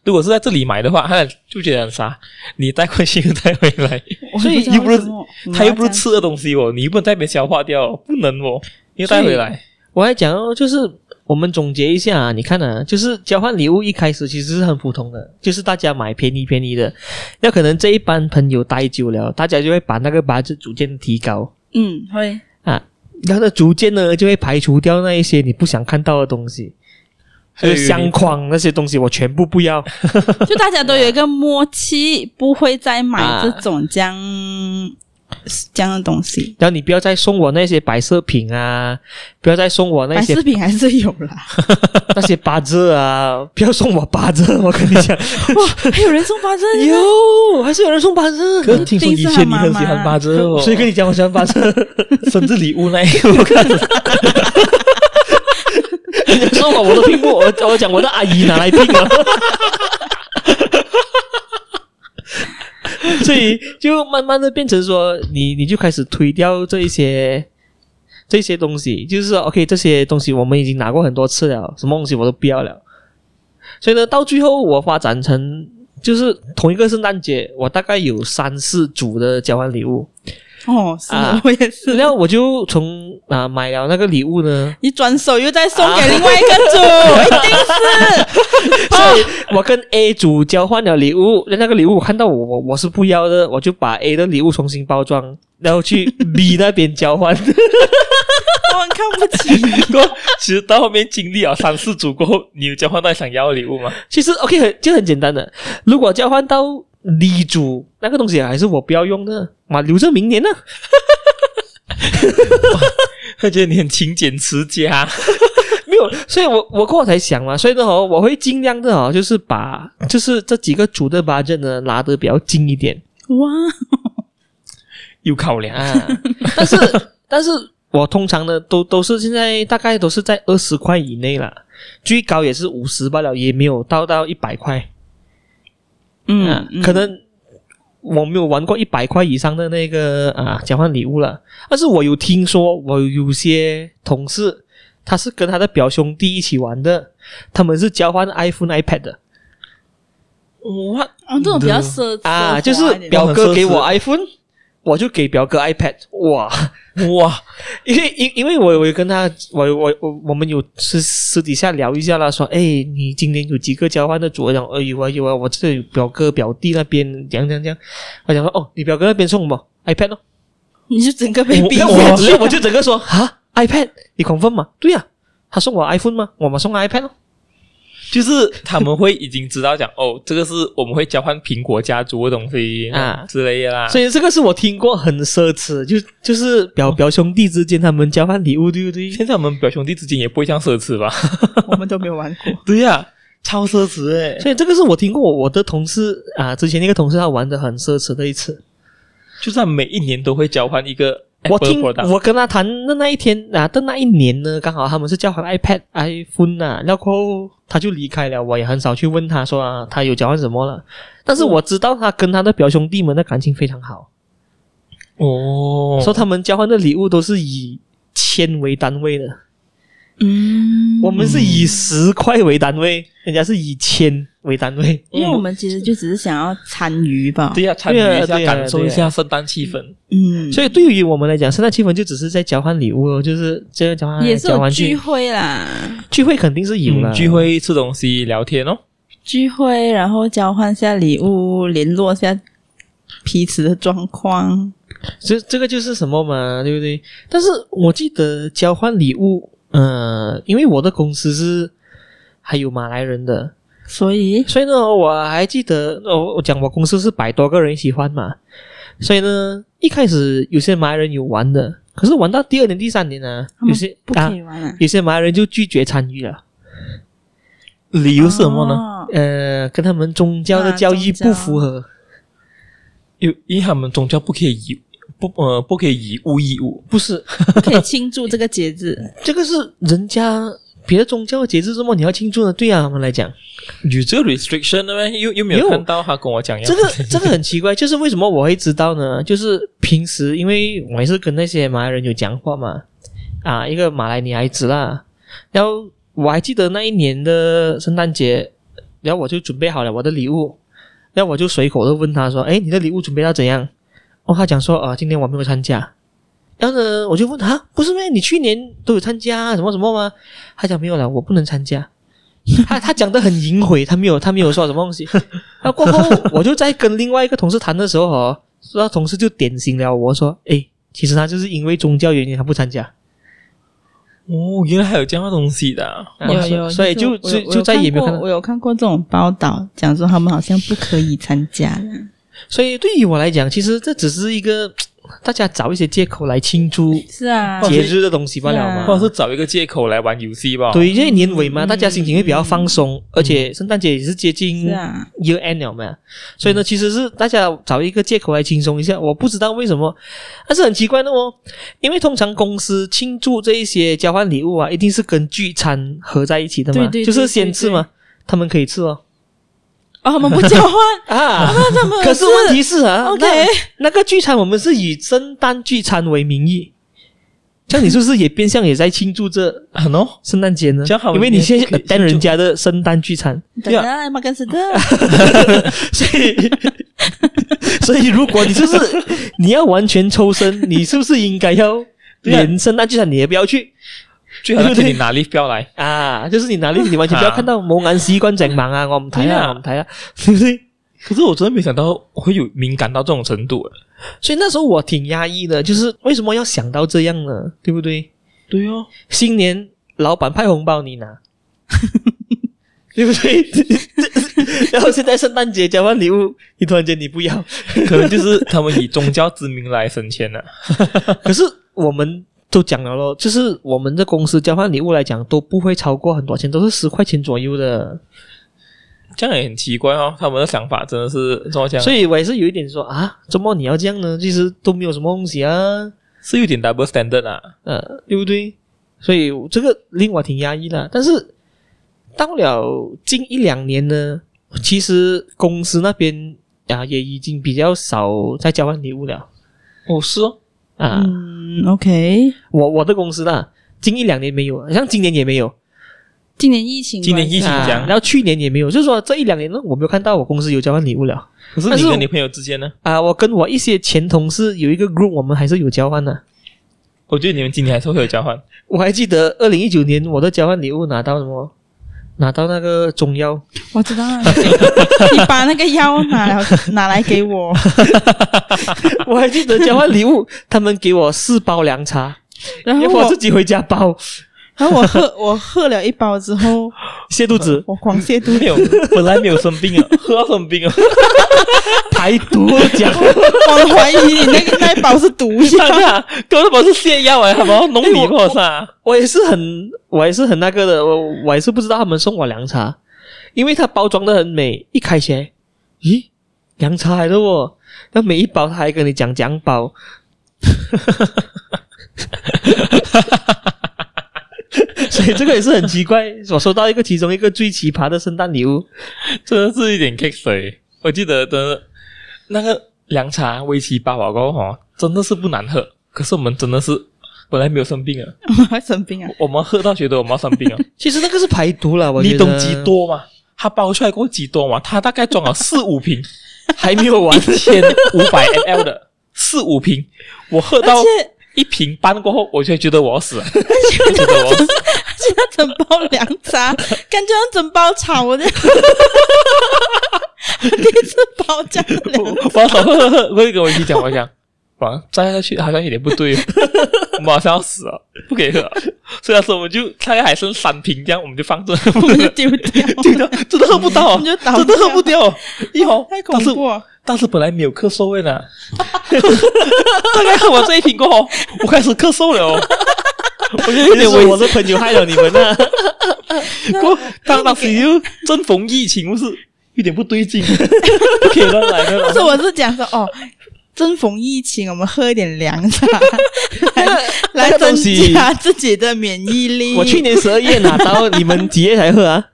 Speaker 1: 如果是在这里买的话，他就觉得很傻。你带过去又 带回来，
Speaker 2: 我
Speaker 1: 所以
Speaker 2: 也知道
Speaker 1: 又不是
Speaker 2: 为什么我们
Speaker 1: 他又
Speaker 2: 要
Speaker 1: 不是
Speaker 2: 这样
Speaker 1: 吃的东西哦，你又不能在那边消化掉，不能哦，你又带回来。
Speaker 3: 我还讲哦，就是我们总结一下、啊，你看啊，就是交换礼物一开始其实是很普通的，就是大家买便宜便宜的。那可能这一班朋友待久了，大家就会把那个 budget 逐渐提高，
Speaker 2: 嗯会
Speaker 3: 然后呢，逐渐呢就会排除掉那一些你不想看到的东西，
Speaker 1: 所以
Speaker 3: 就是相框那些东西我全部不要。
Speaker 2: 就大家都有一个默契，不会再买这种这样、这样的东西。
Speaker 3: 然后你不要再送我那些摆设品啊，不要再送我啊那
Speaker 2: 摆
Speaker 3: 些
Speaker 2: 饰品还是有啦，
Speaker 3: 那些八折啊，不要送我八折，我跟你讲，
Speaker 2: 哇，还有人送八折，
Speaker 3: 有还是有人送八折。
Speaker 1: 可是听说以前你很喜欢八折哦，
Speaker 3: 所以跟你讲，我喜欢八 折。
Speaker 1: 生日礼物那一个，我看了
Speaker 3: 你说我我都听过，我我讲我的阿姨拿来听啊了。 所以就慢慢的变成说，你你就开始推掉这一些这一些东西，就是说 OK 这些东西我们已经拿过很多次了，什么东西我都不要了。所以呢，到最后我发展成就是同一个圣诞节，我大概有三四组的交换礼物，
Speaker 2: 哦，是、
Speaker 3: 啊
Speaker 2: 我也是，
Speaker 3: 然后我就从啊、买了那个礼物呢，
Speaker 2: 一转手又再送给另外一个组，一定是
Speaker 3: 所以我跟 A 组交换了礼物，那个礼物我看到我我我是不要的，我就把 A 的礼物重新包装，然后去 B 那边交换。
Speaker 2: 我很看不起。
Speaker 1: 其实到后面经历了三四组过后，你有交换到想要的礼物吗？
Speaker 3: 其实 OK 很就很简单的，如果交换到 D 组那个东西还是我不要用的，嘛留着明年呢。
Speaker 1: 他觉得你很勤俭持家，
Speaker 3: 没有，所以我我过后才想嘛，所以呢、哦，我会尽量的哦，就是把就是这几个组的 budget 呢拉得比较近一点。
Speaker 2: 哇，
Speaker 1: 有考量啊。
Speaker 3: 啊，但 是但是我通常呢都都是现在大概都是在二十块以内啦，最高也是五十罢了，也没有到到一百块。啊
Speaker 2: 嗯，嗯
Speaker 3: 可能我没有玩过一百块以上的那个啊交换礼物了，但是我有听说我有些同事他是跟他的表兄弟一起玩的，他们是交换 iPhone、iPad 的。
Speaker 1: 哇，
Speaker 2: 哦，这种比较奢侈
Speaker 3: 啊，就
Speaker 2: 奢华
Speaker 3: 是
Speaker 2: 一点
Speaker 3: 表哥给我
Speaker 1: 我
Speaker 3: iPhone，我就给表哥 iPad。哇
Speaker 1: 哇，
Speaker 3: 因为因因为我我有跟他，我我我我们有私私底下聊一下啦，说，哎，你今年有几个交换的组？我讲，哎有啊有啊，我这里有表哥表弟那边讲讲讲，我讲说，哦，你表哥那边送什么 iPad 哦？
Speaker 2: 你就整个被逼
Speaker 3: 然后
Speaker 2: 过
Speaker 3: 我只
Speaker 2: 去
Speaker 3: 要我就整个 说，啊，iPad，你 confirm 吗？对呀、他送我 iPhone 吗？我们送他 iPad 哦。
Speaker 1: 就是他们会已经知道讲哦，这个是我们会交换苹果家族的东西
Speaker 3: 啊
Speaker 1: 之类的啦。
Speaker 3: 所以这个是我听过很奢侈，就就是表表兄弟之间他们交换礼物，对不对？
Speaker 1: 现在我们表兄弟之间也不会这样奢侈吧？
Speaker 2: 我们都没有玩过。
Speaker 1: 对呀、超奢侈诶、
Speaker 3: 所以这个是我听过我我的同事啊，之前那个同事他玩的很奢侈的一次。
Speaker 1: 就是他每一年都会交换一个
Speaker 3: 我
Speaker 1: Apple
Speaker 3: 听
Speaker 1: product。
Speaker 3: 我跟他谈的那一天啊的那一年呢，刚好他们是交换 iPad、iPhone 啊，然后他就离开了，我也很少去问他说啊，他有交换什么了。但是我知道他跟他的表兄弟们的感情非常好，
Speaker 1: 哦
Speaker 3: 说他们交换的礼物都是以千为单位的，
Speaker 2: 嗯
Speaker 3: 我们是以十块为单位，人家是以千为单位。
Speaker 1: 嗯
Speaker 2: 因为我们其实就只是想要参与吧。
Speaker 1: 对呀、参与一下，
Speaker 3: 嗯对呀
Speaker 1: 感受一下圣诞气氛。
Speaker 2: 嗯，
Speaker 3: 所以对于我们来讲，圣诞气氛就只是在交换礼物哦，就是这样交换来
Speaker 2: 也是
Speaker 3: 交
Speaker 2: 有
Speaker 3: 换
Speaker 2: 聚
Speaker 3: 去，
Speaker 2: 会啦。
Speaker 3: 聚会肯定是有了、
Speaker 1: 嗯聚。会吃东西聊天哦，
Speaker 2: 聚会，然后交换下礼物，联络下彼此的状况。
Speaker 3: 这这个就是什么嘛，对不对？但是我记得交换礼物，呃，因为我的公司是还有马来人的，
Speaker 2: 所以，
Speaker 3: 所以呢，我还记得，我我讲我公司是百多个人一起换嘛，所以呢，一开始有些马来人有玩的，可是玩到第二年、第三年呢、
Speaker 2: 他们
Speaker 3: 有些
Speaker 2: 不
Speaker 3: 啊
Speaker 2: 可以，玩嗯啊。
Speaker 3: 有些马来人就拒绝参与了，
Speaker 1: 理由是什么呢？
Speaker 2: 呢？
Speaker 3: 呃，跟他们宗教的教义
Speaker 2: 啊宗教
Speaker 3: 不符合。
Speaker 1: 因为因为他们宗教不可以以不呃不可以以物易物，
Speaker 3: 不是，
Speaker 2: 不可以庆祝这个节日。
Speaker 3: 这个是人家别的宗教的节日，这么你要庆祝呢？对啊，他们来讲，
Speaker 1: 有这个 restriction 的咩？又又没有
Speaker 3: 有
Speaker 1: 看到他跟我讲要
Speaker 3: 这个这个很奇怪，就是为什么我会知道呢？就是平时因为我也是跟那些马来人有讲话嘛，啊，一个马来女孩子啦，然后我还记得那一年的圣诞节，然后我就准备好了我的礼物，然后我就随口的问她说：“哎，你的礼物准备到怎样？”哦，她讲说：“啊、今天我没有参加。”然后呢，我就问她：“啊不是咩？你去年都有参加啊什么什么吗？”她讲：“没有了，我不能参加。”她她讲的很隐晦，她没有她没有说什么东西。那过后，我就在跟另外一个同事谈的时候哦，那同事就点醒了我说：“哎，其实他就是因为宗教原因他不参加，
Speaker 1: 哦，原来还有这样的东西的啊，
Speaker 3: 啊
Speaker 2: 有有，
Speaker 3: 所以就
Speaker 2: 其实
Speaker 3: 就
Speaker 2: 我有
Speaker 3: 就再也没有
Speaker 2: 我看
Speaker 3: 看到
Speaker 2: 过，我有看过这种报道，讲说他们好像不可以参加了。
Speaker 3: 所以对于我来讲，其实这只是一个大家找一些借口来庆祝
Speaker 2: 是啊
Speaker 3: 节日的东西罢了嘛。
Speaker 2: 是
Speaker 1: 或者是找一个借口来玩游戏吧。，
Speaker 3: 对，因为年尾嘛，大家心情会比较放松，而且圣诞节也是接近
Speaker 2: 是啊，
Speaker 3: year end 了嘛，所以呢，其实是大家找一个借口来轻松一下。我不知道为什么，但是很奇怪的哦，因为通常公司庆祝这一些交换礼物啊，一定是跟聚餐合在一起的嘛，
Speaker 2: 对对对
Speaker 3: 就是先吃嘛，他们可以吃哦
Speaker 2: 哦，他们不 交换，
Speaker 3: 啊。
Speaker 2: 他们
Speaker 3: 可是问题是啊
Speaker 2: OK
Speaker 3: 那那个聚餐我们是以圣诞聚餐为名义，像你是不是也变相也在庆祝这
Speaker 1: 很哦，
Speaker 3: 圣诞节呢
Speaker 1: 这样好？
Speaker 3: 因为你先
Speaker 1: 你也不可以
Speaker 3: attend 人家的圣诞聚餐，
Speaker 2: 等下马根斯特，
Speaker 3: 所以， 所以如果你就是你要完全抽身，你是不是应该要连圣诞聚餐你也不要去
Speaker 1: 最好是给你拿 leaf 标来。
Speaker 3: 啊？就是你哪里你完全不要看到某眼屎官整盲啊，我唔睇
Speaker 1: 对
Speaker 3: 啊，
Speaker 1: 啊
Speaker 3: 我唔睇啊，对不对？
Speaker 1: 可是我真的没想到会有敏感到这种程度。啊
Speaker 3: 所以那时候我挺压抑的，就是为什么要想到这样呢？对不对？
Speaker 1: 对哦，
Speaker 3: 新年老板派红包你拿，对不对？ 然后现在圣诞节交换礼物，你突然间你不要，
Speaker 1: 可能就是他们以宗教之名来啊升迁了。
Speaker 3: 可是我们都讲了咯，就是我们的公司交换礼物来讲都不会超过很多钱，都是十块钱左右的。
Speaker 1: 这样也很奇怪哦，他们的想法真的是怎么讲？
Speaker 3: 所
Speaker 1: 以
Speaker 3: 以我也是有一点说啊，怎么你要这样呢？其实都没有什么东西啊，
Speaker 1: 是有点 double standard 啊。
Speaker 3: 呃，对不对？所以这个令我挺压抑的。但是到了近一两年呢，其实公司那边啊也已经比较少在交换礼物了
Speaker 1: 哦，是哦，
Speaker 3: 啊。
Speaker 2: 嗯，OK，
Speaker 3: 我我的公司啦，近一两年没有，好像今年也没有。
Speaker 2: 今年疫情关系，
Speaker 1: 今年疫情
Speaker 3: 啊
Speaker 1: 讲
Speaker 3: 然后去年也没有，就是说这一两年呢，我没有看到我公司有交换礼物了
Speaker 1: 可是
Speaker 3: 但
Speaker 1: 你
Speaker 3: 是我
Speaker 1: 跟你朋友之间呢？
Speaker 3: 啊。我跟我一些前同事有一个 group，我们还是有交换的。
Speaker 1: 我觉得你们今年还是会有交换。
Speaker 3: 我还记得二零一九年我的交换礼物拿到什么？拿到那个中药，
Speaker 2: 我知道了， 你把那个腰拿来拿来给 我，
Speaker 3: 我还记得交换礼物，他们给我四包凉茶，
Speaker 2: 然后
Speaker 3: 要我自己回家煲
Speaker 2: 然后我喝我喝了一包之后，
Speaker 3: 泻肚子
Speaker 2: 我狂泻肚
Speaker 1: 没有，本来没有生病 啊，喝到生病啊，
Speaker 3: 排毒讲。
Speaker 2: 我怀疑你那个那一包是毒 药。
Speaker 1: 上啊，根本不是泻药啊，好不好？弄 你破啥？
Speaker 3: 我也是很，我也是很那个的，我我也是不知道他们送我凉茶，因为它包装的很美，一开起来，咦，凉茶来的哦，那每一包他还跟你讲讲包， 所以这个也是很奇怪。我收到一个其中一个最奇葩的圣诞礼物，
Speaker 1: 真的是一点 kick 水。我记得真的那个凉茶威奇八宝糕哦，真的是不难喝，可是我们真的是本来没有生病啊，
Speaker 2: 我 还生病啊！
Speaker 1: 我们喝到觉得我们要生病啊。
Speaker 3: 其实那个是排毒 了，我觉得
Speaker 1: 你懂几 多吗？它包出来过几多嘛？它大概装了四五瓶，
Speaker 3: 还没有完
Speaker 1: 一，千五百 ml 的四五瓶，我喝
Speaker 2: 而
Speaker 1: 到
Speaker 2: 且
Speaker 1: 一瓶半过后，我就觉得我要死了， 我觉得我要死了
Speaker 2: 而且那整包凉茶，感觉像整包 炒的。我第一次包这样的凉，
Speaker 1: 我要走，呵呵呵我就跟我一起讲，我讲，哇，再下去好像有点不 对，我们好像要死了，不可以喝。所以那时候我们就大概还剩三瓶，这样我们就放着，
Speaker 2: 我 们就丢掉，
Speaker 1: 丢掉，真的喝不到啊，
Speaker 2: 我们
Speaker 1: 真
Speaker 2: 就倒
Speaker 1: 的喝不 掉，一哦，
Speaker 2: 太恐
Speaker 1: 但是
Speaker 2: 怖啊了。
Speaker 1: 但是本来没有咳嗽味呢， 大概喝完这一瓶过后，我开始咳嗽了 哦。我觉得有
Speaker 3: 有
Speaker 1: 点
Speaker 3: 点
Speaker 1: 危
Speaker 3: 危
Speaker 1: 险
Speaker 3: 我的朋友害了你们啊。
Speaker 1: 过当当时就正逢疫情，不是有点不对劲，不可以乱来的。
Speaker 2: 但是我是讲说哦，正逢疫情，我们喝一点凉茶，来
Speaker 3: 那个
Speaker 2: 增
Speaker 3: 东西
Speaker 2: 加自己的免疫力。
Speaker 3: 我去年十二月拿到，你们几月才喝啊？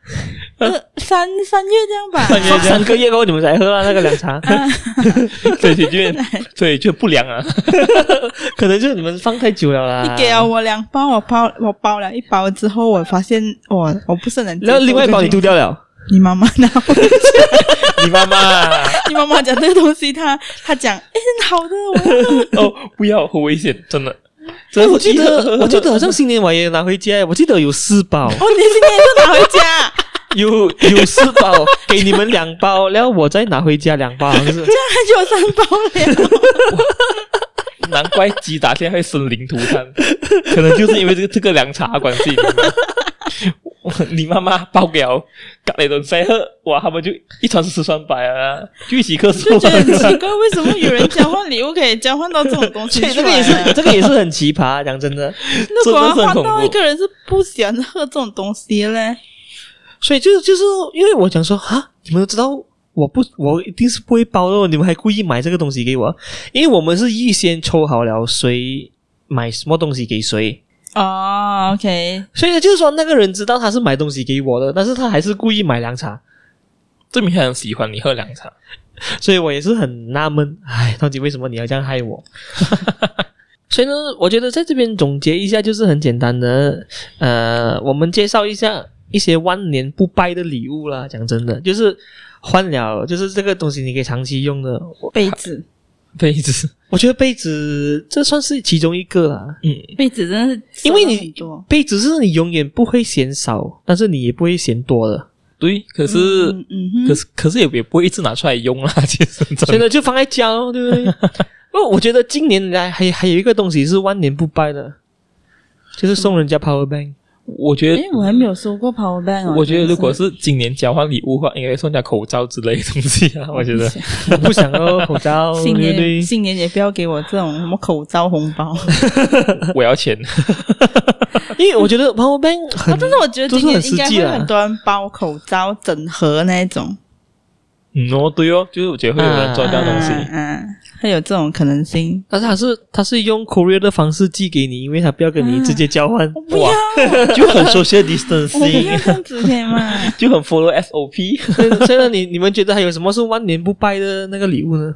Speaker 2: 呃三三月这样吧，
Speaker 3: 三个月过后你们才喝啊，那个凉茶，
Speaker 1: 所以就变，所以就不良啊。
Speaker 3: 可能就是你们放太久了啦。
Speaker 2: 你给了我两包，我包我包了一包之后，我发现我我不是很能接受。
Speaker 3: 然后另外一包你丢掉了，
Speaker 2: 你妈妈拿 回去，
Speaker 1: 你妈妈啊
Speaker 2: 你妈妈讲这个东西，她她讲，哎，好的，我要喝
Speaker 1: 哦，不要，很危险，真的。
Speaker 3: 哎我记 得我记得好像新年我也拿回家，我记得有四 包，
Speaker 2: 哦，你今天是拿回家，
Speaker 3: 有有四包，给你们两包， 然后我再拿回家两包，好像是。
Speaker 2: 这样还就有三包了。
Speaker 1: 难怪吉达现在会生灵涂炭，可能就是因为这个这个凉茶的关系。我你妈妈爆料，隔雷顿塞喝，哇，他们就一传十，十传百啊，就一起咳嗽
Speaker 2: 就觉得很
Speaker 1: 啊。
Speaker 2: 奇 怪，为什么有人交换礼物可以交换到这种东西
Speaker 3: 所以
Speaker 2: 出
Speaker 3: 这个也
Speaker 2: 来
Speaker 3: 是，
Speaker 2: 啊？
Speaker 3: 这个也是很奇葩。讲真的，
Speaker 2: 如
Speaker 1: 真的
Speaker 2: 果
Speaker 1: 是很
Speaker 2: 换
Speaker 1: 恐
Speaker 2: 到
Speaker 1: 怖
Speaker 2: 一个人是不喜欢喝这种东西嘞，
Speaker 3: 所以就是就是因为我讲说啊，你们都知道我不我一定是不会包的，你们还故意买这个东西给我，因为我们是预先抽好了谁买什么东西给谁，
Speaker 1: 啊
Speaker 2: 哦，OK，
Speaker 3: 所以呢，就是说那个人知道他是买东西给我的，但是他还是故意买凉茶，
Speaker 1: 证明他很喜欢你喝凉茶。
Speaker 3: 所以我也是很纳闷，哎，到底为什么你要这样害 我？所以呢，我觉得在这边总结一下，就是很简单的，呃，我们介绍一下一些万年不败的礼物啦。讲真的，就是换了，就是这个东西你可以长期用的。我
Speaker 2: 被子，
Speaker 1: 杯子，
Speaker 3: 我觉得被子这算是其中一个啦。
Speaker 1: 嗯
Speaker 2: 被子真的是
Speaker 3: 因为
Speaker 2: 收到
Speaker 3: 你
Speaker 2: 很多
Speaker 3: 被子是你永远不会嫌少，但是你也不会嫌多的。
Speaker 1: 对，可是、
Speaker 2: 嗯嗯哼
Speaker 1: 可是可是也也不会一直拿出来用啦， 其实
Speaker 3: 所以
Speaker 1: 真的。
Speaker 3: 呢，就放在家咯，对 不对？不过我觉得今年来还还有一个东西是万年不败的，就是送人家 power bank。
Speaker 1: 我觉得
Speaker 2: 哎，，我还没有收过 power bank 哦。
Speaker 1: 我觉得如果
Speaker 2: 真的
Speaker 1: 是今年交换礼物的话，应该送点口罩之类的东西 啊。我觉得
Speaker 3: 我不想要口罩，
Speaker 2: 新
Speaker 3: 对不对
Speaker 2: 年？新年也不要给我这种什么口 罩哦红包，
Speaker 1: 我要钱，
Speaker 3: 因为我觉得 power bank 很，
Speaker 2: 但是哦我觉得今年应该
Speaker 3: 都是很实际啊
Speaker 1: 啊
Speaker 2: 会
Speaker 3: 啦
Speaker 2: 很多人包口罩整盒那一种，
Speaker 1: 嗯哦，对哦，就是我觉得会有人做这样的东西。
Speaker 2: 嗯嗯，会有这种可 能性。
Speaker 3: 但是它是它是用 courier 的方式寄给你，因为它不要跟你直接交换，
Speaker 2: 啊我不要，
Speaker 3: 就很 social
Speaker 2: 我不要
Speaker 3: distancing。
Speaker 2: 这样子可以吗？
Speaker 1: 就很 follow SOP。
Speaker 3: 所 以所以呢，你你们觉得还有什么是万年不败的那个礼物呢？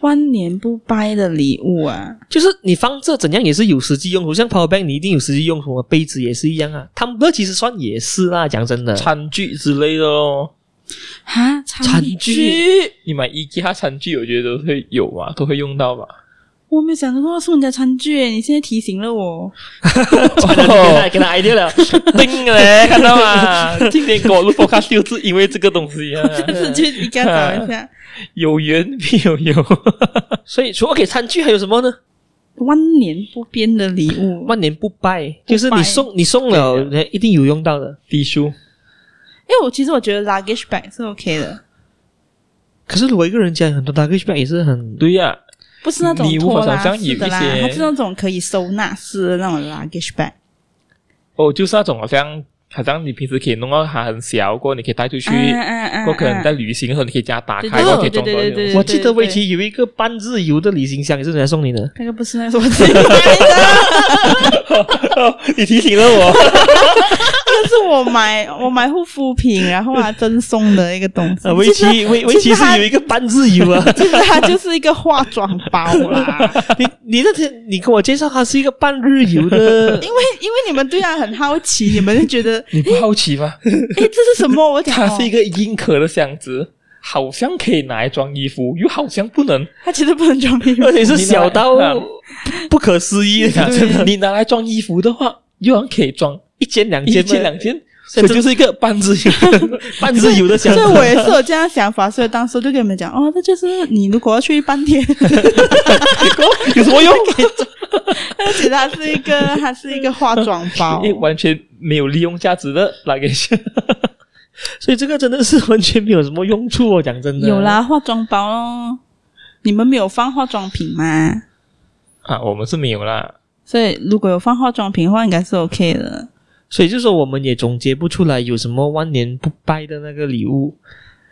Speaker 2: 万年不败的礼物啊，
Speaker 3: 就是你放这怎样也是有实际用途，像 power bank 你一定有实际用途，杯子也是一样啊。汤姆其实算也是啦，讲真的，
Speaker 1: 餐具之类的咯，
Speaker 2: 啊，
Speaker 3: 餐
Speaker 2: 餐具，
Speaker 3: 具
Speaker 1: 你买一家餐具，我觉得都会有吧，都会用到吧。
Speaker 2: 我没有想过要送人家餐具耶，你现在提醒 了我。
Speaker 1: 哦
Speaker 3: 传了给他给他 idea 了，
Speaker 1: 定嘞，看到吗？ 今天给我录 podcast 就是因为这个东西 啊，
Speaker 2: 就是去一家找一下。
Speaker 1: 有缘 必有有。
Speaker 3: 所以除了给餐具还有什么呢？
Speaker 2: 万年不变的礼 物，
Speaker 3: 万年不败，就是你送你送了，人家一定有用到的。
Speaker 1: 低书，
Speaker 2: 因为我其实我觉得 luggage bag 是 OK 的，
Speaker 3: 可是如果一个人家有很多 luggage bag 也是很
Speaker 1: 对呀、
Speaker 2: 不是那种
Speaker 1: 礼物
Speaker 2: 拖
Speaker 1: 好
Speaker 2: 拉
Speaker 1: 像有
Speaker 2: 式的啦，
Speaker 1: 一些
Speaker 2: 它是那种可以收纳式的那种 luggage bag。
Speaker 1: 哦，就是那种好像好像你平时可以弄到它很小，过后你可以带出去，
Speaker 2: 嗯嗯嗯
Speaker 1: 过后可能
Speaker 2: 嗯
Speaker 1: 在旅行的时候你可以将它打
Speaker 2: 对
Speaker 1: 开，
Speaker 2: 对
Speaker 1: 然后可以
Speaker 2: 对
Speaker 1: 装
Speaker 2: 对
Speaker 1: 多
Speaker 2: 对
Speaker 1: 一点
Speaker 2: 对
Speaker 1: 东
Speaker 3: 我
Speaker 1: 西。
Speaker 3: 记得围棋有一个半日游的旅行箱也是人家送你的，
Speaker 2: 那个不是那种我 自己买的，
Speaker 1: 你提醒了 我，
Speaker 2: 那是我买我买护肤品，然后啊真送的一个东西。
Speaker 1: 啊
Speaker 3: 呃，围
Speaker 2: 其实
Speaker 3: 棋围围棋是有一个半日游啊。
Speaker 2: 其实它就是一个化妆包啦。
Speaker 3: 你你那天你跟我介绍它是一个半日游的
Speaker 2: 因，为因为你们对它很好奇，你们就觉得
Speaker 1: 你不好奇 吗？
Speaker 2: 诶，这是什么？我讲
Speaker 1: 它
Speaker 2: 哦
Speaker 1: 是一个硬壳的箱子，好像可以拿来装衣服，又好像不能。
Speaker 2: 它其实不能装 衣服
Speaker 3: 而，且是小到
Speaker 1: 你拿来
Speaker 3: 不可思议的感觉，
Speaker 1: 你拿来装衣服的话，又好像可以装
Speaker 3: 一件两
Speaker 1: 一
Speaker 3: 件
Speaker 1: 件两
Speaker 3: 嘛
Speaker 1: 件，所以就是一个半自由。
Speaker 3: 半日游的箱
Speaker 2: 所
Speaker 3: 子
Speaker 2: 以。我也是有这样的想法，所以当时就跟你们讲，哦，这就是你如果要去半天，
Speaker 1: 有什么用？
Speaker 2: 其实它是一个它是一个化妆包
Speaker 1: 因，
Speaker 3: 哎
Speaker 1: 为完全没有利用价值的那 个。
Speaker 3: 所以这个真的是完全没有什么用处哦，讲真的。
Speaker 2: 有，啦，化妆包咯。你们没有放化妆品吗？
Speaker 1: 啊，我们是没有啦。
Speaker 2: 所以如果有放化妆品的话，应该是 OK 的。
Speaker 3: 所以就说我们也总结不出来有什么万年不败的那个礼物。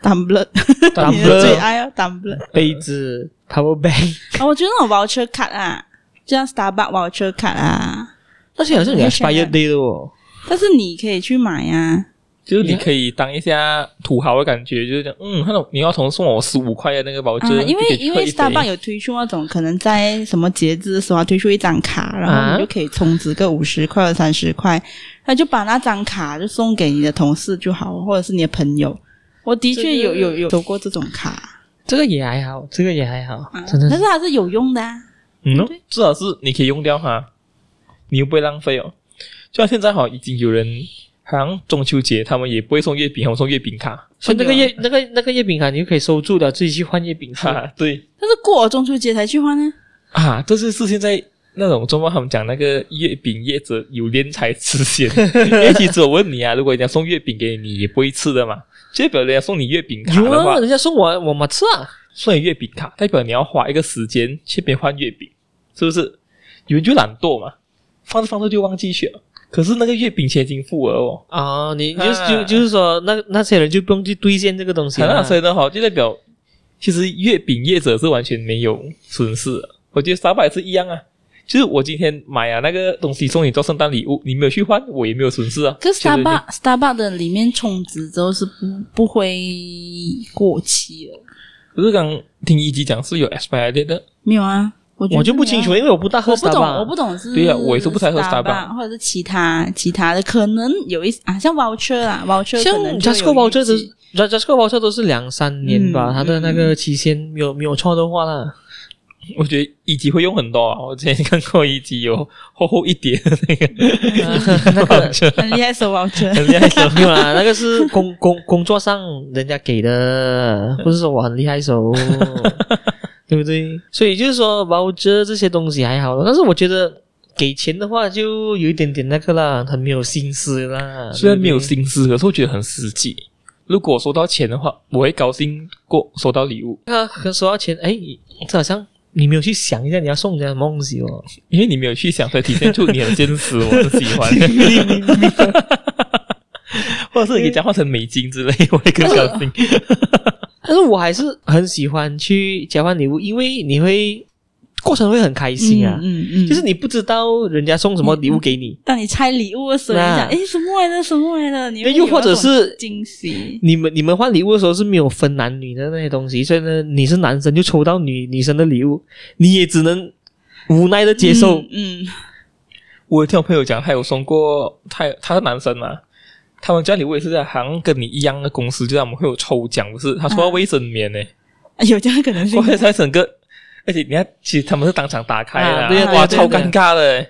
Speaker 2: ，Tumblr，
Speaker 1: 但
Speaker 2: 你的最爱啊，Tumblr。
Speaker 3: 杯子、power bank，
Speaker 2: 啊，我觉得那种 voucher card 啊，就像 Starbucks voucher card 啊，
Speaker 3: 那些好像有
Speaker 2: 你
Speaker 3: expired day 的哦。
Speaker 2: 但是你可以去买啊。
Speaker 1: 就是你可以当一下土豪的感觉，就是讲，嗯，那种你要从送我十五块的那个保
Speaker 2: 啊
Speaker 1: 证，，
Speaker 2: 因为
Speaker 1: 就可以
Speaker 2: 因为
Speaker 1: 喝一杯
Speaker 2: Starbucks 有推出那种可能在什么节日的时候啊推出一张卡，然后
Speaker 3: 啊
Speaker 2: 你就可以充值个五十块或三十块，他就把那张卡就送给你的同事就好，或者是你的朋友。我的
Speaker 3: 这个
Speaker 2: 确有有有收过这种卡，
Speaker 3: 这个也还好，这个也还好
Speaker 2: 啊，
Speaker 3: 真的
Speaker 2: 但
Speaker 3: 是
Speaker 2: 是它是有用的、啊。
Speaker 1: 嗯哦，至少是你可以用掉它，你又不会浪费哦。就像现在哈，已经有人好像中秋节他们也不会送月饼，他们送月饼卡，
Speaker 3: 所以那个月那
Speaker 2: 啊
Speaker 3: 个那个月饼卡你就可以收住了，自己去换月饼
Speaker 1: 哈、
Speaker 3: 卡。
Speaker 1: 对
Speaker 2: 但是过了中秋节才去换呢，
Speaker 1: 啊，这就是现在那种中国他们讲那个月饼叶子有敛财之 嫌。因为其实我问你啊，如果人家送月饼给你，你也不会吃的嘛，就代表人家送你月饼卡
Speaker 3: 有
Speaker 1: 的话
Speaker 3: 啊，，人家送我我嘛吃啊，
Speaker 1: 送你月饼卡，代表你要花一个时间去边换月饼，是不是？有人就懒惰嘛，放着放着就忘记去了。可是那个月饼钱已经付了哦，
Speaker 3: 啊，你就
Speaker 1: 啊
Speaker 3: 就就是说那那些人就不用去兑现这个东西
Speaker 1: 很
Speaker 3: 了
Speaker 2: 啊
Speaker 1: 那。所以呢，哈，就代表其实月饼业者是完全没有损失的。我觉得沙巴也是一样啊，就是我今天买啊那个东西送你做圣诞礼物，你没有去换，我也没有损失啊。
Speaker 2: 可是
Speaker 1: 就是你
Speaker 2: Starbucks Starbucks 的里面充值之后是不不会过期的，
Speaker 1: 可是刚听一集讲是有 expiry date 的，
Speaker 2: 没有啊？我觉得
Speaker 3: 我就不
Speaker 2: 没有
Speaker 3: 清
Speaker 2: 啊
Speaker 3: 楚，因为我不大喝
Speaker 2: 我不
Speaker 3: Starbucks
Speaker 2: 懂，我不懂是
Speaker 1: 对呀我也是不太喝
Speaker 2: Starbucks
Speaker 1: Starbucks
Speaker 2: 或者是其他其他的，可能有一啊，像 voucher 啊，voucher
Speaker 3: 像
Speaker 2: 可能就
Speaker 3: Jasco
Speaker 2: 有
Speaker 3: voucher
Speaker 2: 预
Speaker 3: 都
Speaker 2: 计
Speaker 3: Jasco voucher 都是两三年吧，
Speaker 2: 嗯
Speaker 3: 它的那个期限没有没有错的话啦。
Speaker 1: 我觉得一集会用很多啊。我之前看过一集有厚厚一叠的那个
Speaker 3: 那 个
Speaker 1: 就
Speaker 2: 很厉害收 voucher，
Speaker 1: 很厉害的。
Speaker 3: 没有 啦，那个是工工工作上人家给的，
Speaker 1: 嗯
Speaker 3: 不是说我很厉 害手，对不对？所以就是说 voucher 这些东西还好，但是我觉得给钱的话就有一点点那个啦，很没有心思啦。
Speaker 1: 虽然没有
Speaker 3: 对不对
Speaker 1: 心思，可是我觉得很实际。如果收到钱的话，我会高兴过收到礼物，
Speaker 3: 那可收到钱，哎，这好像你没有去想一下你要送人家什么东西哦。
Speaker 1: 因为你没有去想，所以体现出你很现实，我很喜 欢。或者是你给交换成美金之类，我会更高兴。
Speaker 3: 但是我还是很喜欢去交换礼物，因为你会过程会很开心啊。
Speaker 2: 嗯嗯，
Speaker 3: 就是你不知道人家送什么礼物给你，
Speaker 2: 当你拆礼物的时候，你
Speaker 3: 那
Speaker 2: 想诶，什么来的，什么来的，你会
Speaker 3: 又或者
Speaker 2: 有那种
Speaker 3: 是
Speaker 2: 惊喜，
Speaker 3: 你们你们换礼物的时候是没有分男女的那些东西，所以呢，你是男生就抽到女女生的礼物，你也只能无奈的接受。
Speaker 2: 嗯，嗯
Speaker 1: 我有听我朋友讲，他有送过，他他是男生嘛，他们家礼物也是在好像跟你一样的公司，就在我们会有抽奖，不是？他说要卫生棉呢、
Speaker 2: 哎 有这样可能性
Speaker 1: 我，还在整个，而哎且你看，其实他们是当场打开的、
Speaker 3: 啊对
Speaker 2: 呀对
Speaker 1: 哇，
Speaker 2: 呀
Speaker 1: 超
Speaker 3: 对呀
Speaker 1: 尴尬的欸。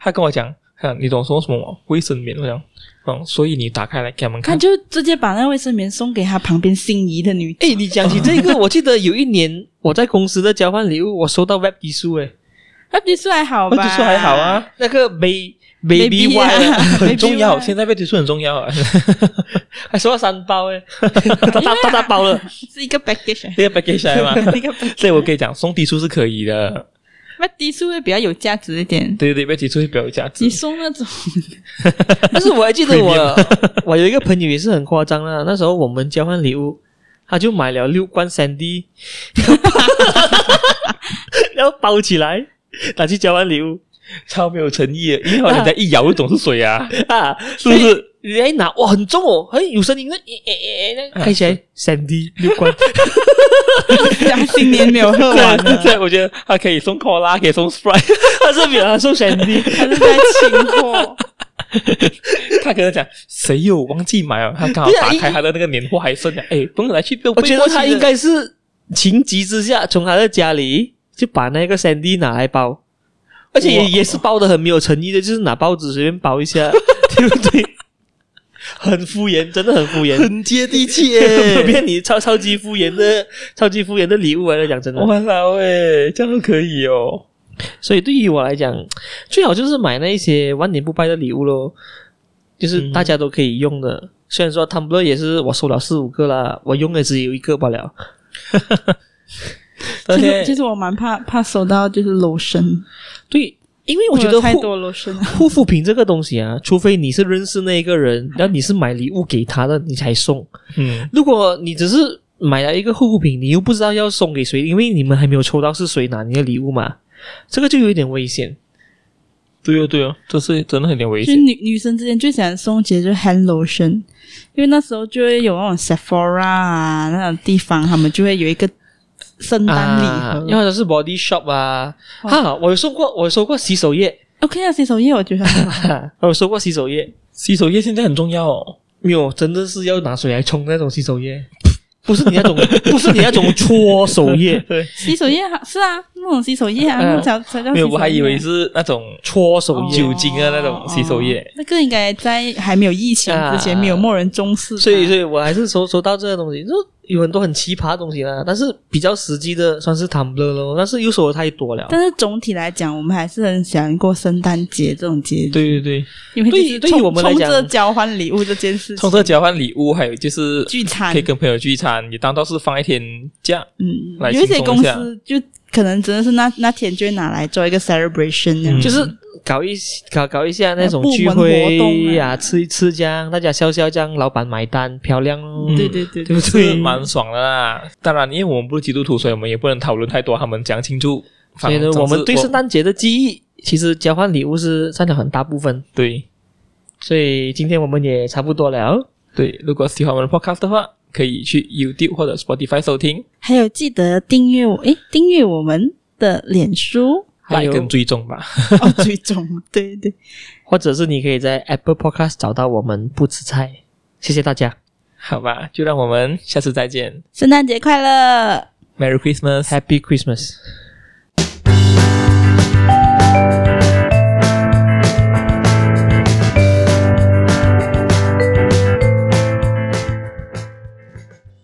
Speaker 1: 他跟我讲，他讲你懂说什么吗卫生棉？我讲，嗯，所以你打开来给他们
Speaker 2: 他
Speaker 1: 看，
Speaker 2: 就直接把那卫生棉送给他旁边心仪的女子，
Speaker 3: 哎，你讲起这个，我记得有一年我在公司的交换礼物，我收到 Web 迪书，哎，
Speaker 2: 那比数还好
Speaker 1: 卫
Speaker 2: 吧？
Speaker 1: 生素还好，啊，
Speaker 3: 那个 Baby Baby
Speaker 2: Baby
Speaker 3: Y 啊
Speaker 2: 啊
Speaker 1: 很
Speaker 2: Baby
Speaker 1: 重要。
Speaker 2: Y
Speaker 1: 现在卫生素很重要啊。
Speaker 3: 还收到三包，哎，大大大大包了。
Speaker 2: 是一个 package，
Speaker 1: 这个 package 来嘛，
Speaker 2: 是一个 package，
Speaker 1: 所以我跟你讲，送提出是可以的，
Speaker 2: 那低数会比较有价值一点。
Speaker 1: 对对对，被提出会比较有价值
Speaker 2: 你。送那 种
Speaker 3: 但是我还记得 我我有一个朋友也是很夸张啊啦，那时候我们交换礼物，他就买了六罐三 D，然后包起来拿去交换礼物
Speaker 1: 超没有诚意的，因为人家一咬就懂是水啊，
Speaker 3: 啊，
Speaker 1: 是不是？
Speaker 3: 你来拿哇，很重哦，哎，有声音的，哎哎哎，那开起来三 D 六罐，
Speaker 2: 他新年没有啊喝完
Speaker 1: 对
Speaker 2: 的，
Speaker 1: 所以我觉得他可以送 cola，可以送 sprite，
Speaker 3: 他是比 他送三 D，
Speaker 2: 他是在清货。
Speaker 1: 他可能讲谁有忘记买了，他刚好
Speaker 3: 对啊
Speaker 1: 打
Speaker 3: 因
Speaker 1: 开他的那个年货还剩了，哎，不用来去，
Speaker 3: 我觉得他应
Speaker 1: 该。
Speaker 3: 该是情急之下从他的家里就把那个三 D 拿来包。而且也
Speaker 1: 哇
Speaker 3: 也是包的很没有诚意的，就是拿报纸随便包一下， 对不对？很敷衍，真的很敷衍，
Speaker 1: 很接地气
Speaker 3: 骗你超超级敷衍的、超级敷衍的礼物来了，讲真的。
Speaker 1: 我操喂，这样都可以哦。
Speaker 3: 所以对于我来讲，最好就是买那一些万年不败的礼物咯，就是大家都可以用的。虽然说 Tumblr 也是我收了四五个啦，我用的只有一个罢了。
Speaker 1: 而
Speaker 2: 其实
Speaker 1: 且
Speaker 2: 其实我蛮怕怕收到就是 lotion，
Speaker 3: 对，因为我觉得
Speaker 2: 太
Speaker 3: 护
Speaker 2: 多啊 lotion 了，
Speaker 3: 护肤品这个东西啊，除非你是认识那一个人，然后你是买礼物给他的，你才送。
Speaker 1: 嗯，
Speaker 3: 如果你只是买了一个护肤品，你又不知道要送给谁，因为你们还没有抽到是谁拿你的礼物嘛，这个就有一点危险。
Speaker 1: 对哦对哦，这是真的很有点危
Speaker 2: 就
Speaker 1: 险
Speaker 2: 是。女女生之间最喜欢送其实就是 hand lotion，因为那时候就会有那种 Sephora 啊那种地方，他们就会有一个圣诞礼
Speaker 3: 啊，
Speaker 2: 盒。
Speaker 3: 要或者是 body shop 啊，
Speaker 2: 哇
Speaker 3: 哈，我有送过，我有收过洗手液，
Speaker 2: OK 啊，洗手液我觉得很 好
Speaker 3: 我有收过洗手液，
Speaker 1: 洗手液现在很重要哦。
Speaker 3: 没有，真的是要拿水来冲那种洗手液，不是你那种， 不是你那种搓手 液，
Speaker 1: 对，
Speaker 2: 洗手液啊是啊，那种洗手液啊，
Speaker 3: 嗯
Speaker 2: 那种才才叫洗手液啊。哦
Speaker 1: 没有，我还以为是那种
Speaker 3: 搓手液。
Speaker 1: 酒精啊那种洗手液
Speaker 2: 哦那个应该在还没有疫情之前，
Speaker 3: 啊
Speaker 2: 没有没有人重视它。
Speaker 3: 所以，所以我还是收收到这个东西，就有很多很奇葩的东西啦。但是比较实际的算是 Tumblr 咯，但是又收的太多了。
Speaker 2: 但是总体来讲，我们还是很喜欢过圣诞节这种节日，
Speaker 1: 对对对，
Speaker 2: 因为
Speaker 3: 对
Speaker 2: 就是
Speaker 3: 对于
Speaker 2: 冲
Speaker 3: 我们来
Speaker 2: 冲
Speaker 3: 讲
Speaker 2: 着交换礼物这件事
Speaker 1: 从
Speaker 2: 情，
Speaker 1: 这交换礼物，还有就是
Speaker 2: 聚餐
Speaker 1: 可以跟朋友聚餐，你当到是放一天假。
Speaker 2: 嗯
Speaker 1: 来，
Speaker 2: 有一些
Speaker 1: 轻松
Speaker 2: 公
Speaker 1: 一下
Speaker 3: 啊
Speaker 2: 司就可能真的是那那天就会拿来做一个 celebration 那样
Speaker 1: 嗯
Speaker 3: 就是搞一搞搞一下那种
Speaker 2: 部门
Speaker 3: 聚会
Speaker 2: 活动
Speaker 3: 啊，吃一吃这样，大家笑笑这样，老板买单，漂亮哦。
Speaker 1: 嗯
Speaker 2: 对对对
Speaker 3: 对
Speaker 2: 对
Speaker 3: 不
Speaker 1: 是
Speaker 3: 对？
Speaker 1: 蛮爽的啦。当然，因为我们不是基督徒，所以我们也不能讨论太多他们讲清楚。
Speaker 3: 所以呢
Speaker 1: 反，正
Speaker 3: 我们对
Speaker 1: 我
Speaker 3: 圣诞节的记忆，其实交换礼物是占了很大部分。
Speaker 1: 对
Speaker 3: 所以今天我们也差不多了。
Speaker 1: 对，如果喜欢我们的 podcast 的话，可以去 YouTube 或者 Spotify 收听，
Speaker 2: 还有记得订阅我，诶，订阅我们的脸 书
Speaker 3: 还
Speaker 1: 来
Speaker 3: 有
Speaker 1: 跟追踪吧。
Speaker 2: 哦，追踪，对对，
Speaker 3: 或者是你可以在 Apple Podcast 找到我们不吃菜。谢谢大家
Speaker 1: 好吧，就让我们下次再见
Speaker 2: 圣诞节快乐！
Speaker 1: ，Merry Christmas。
Speaker 3: ，Happy Christmas。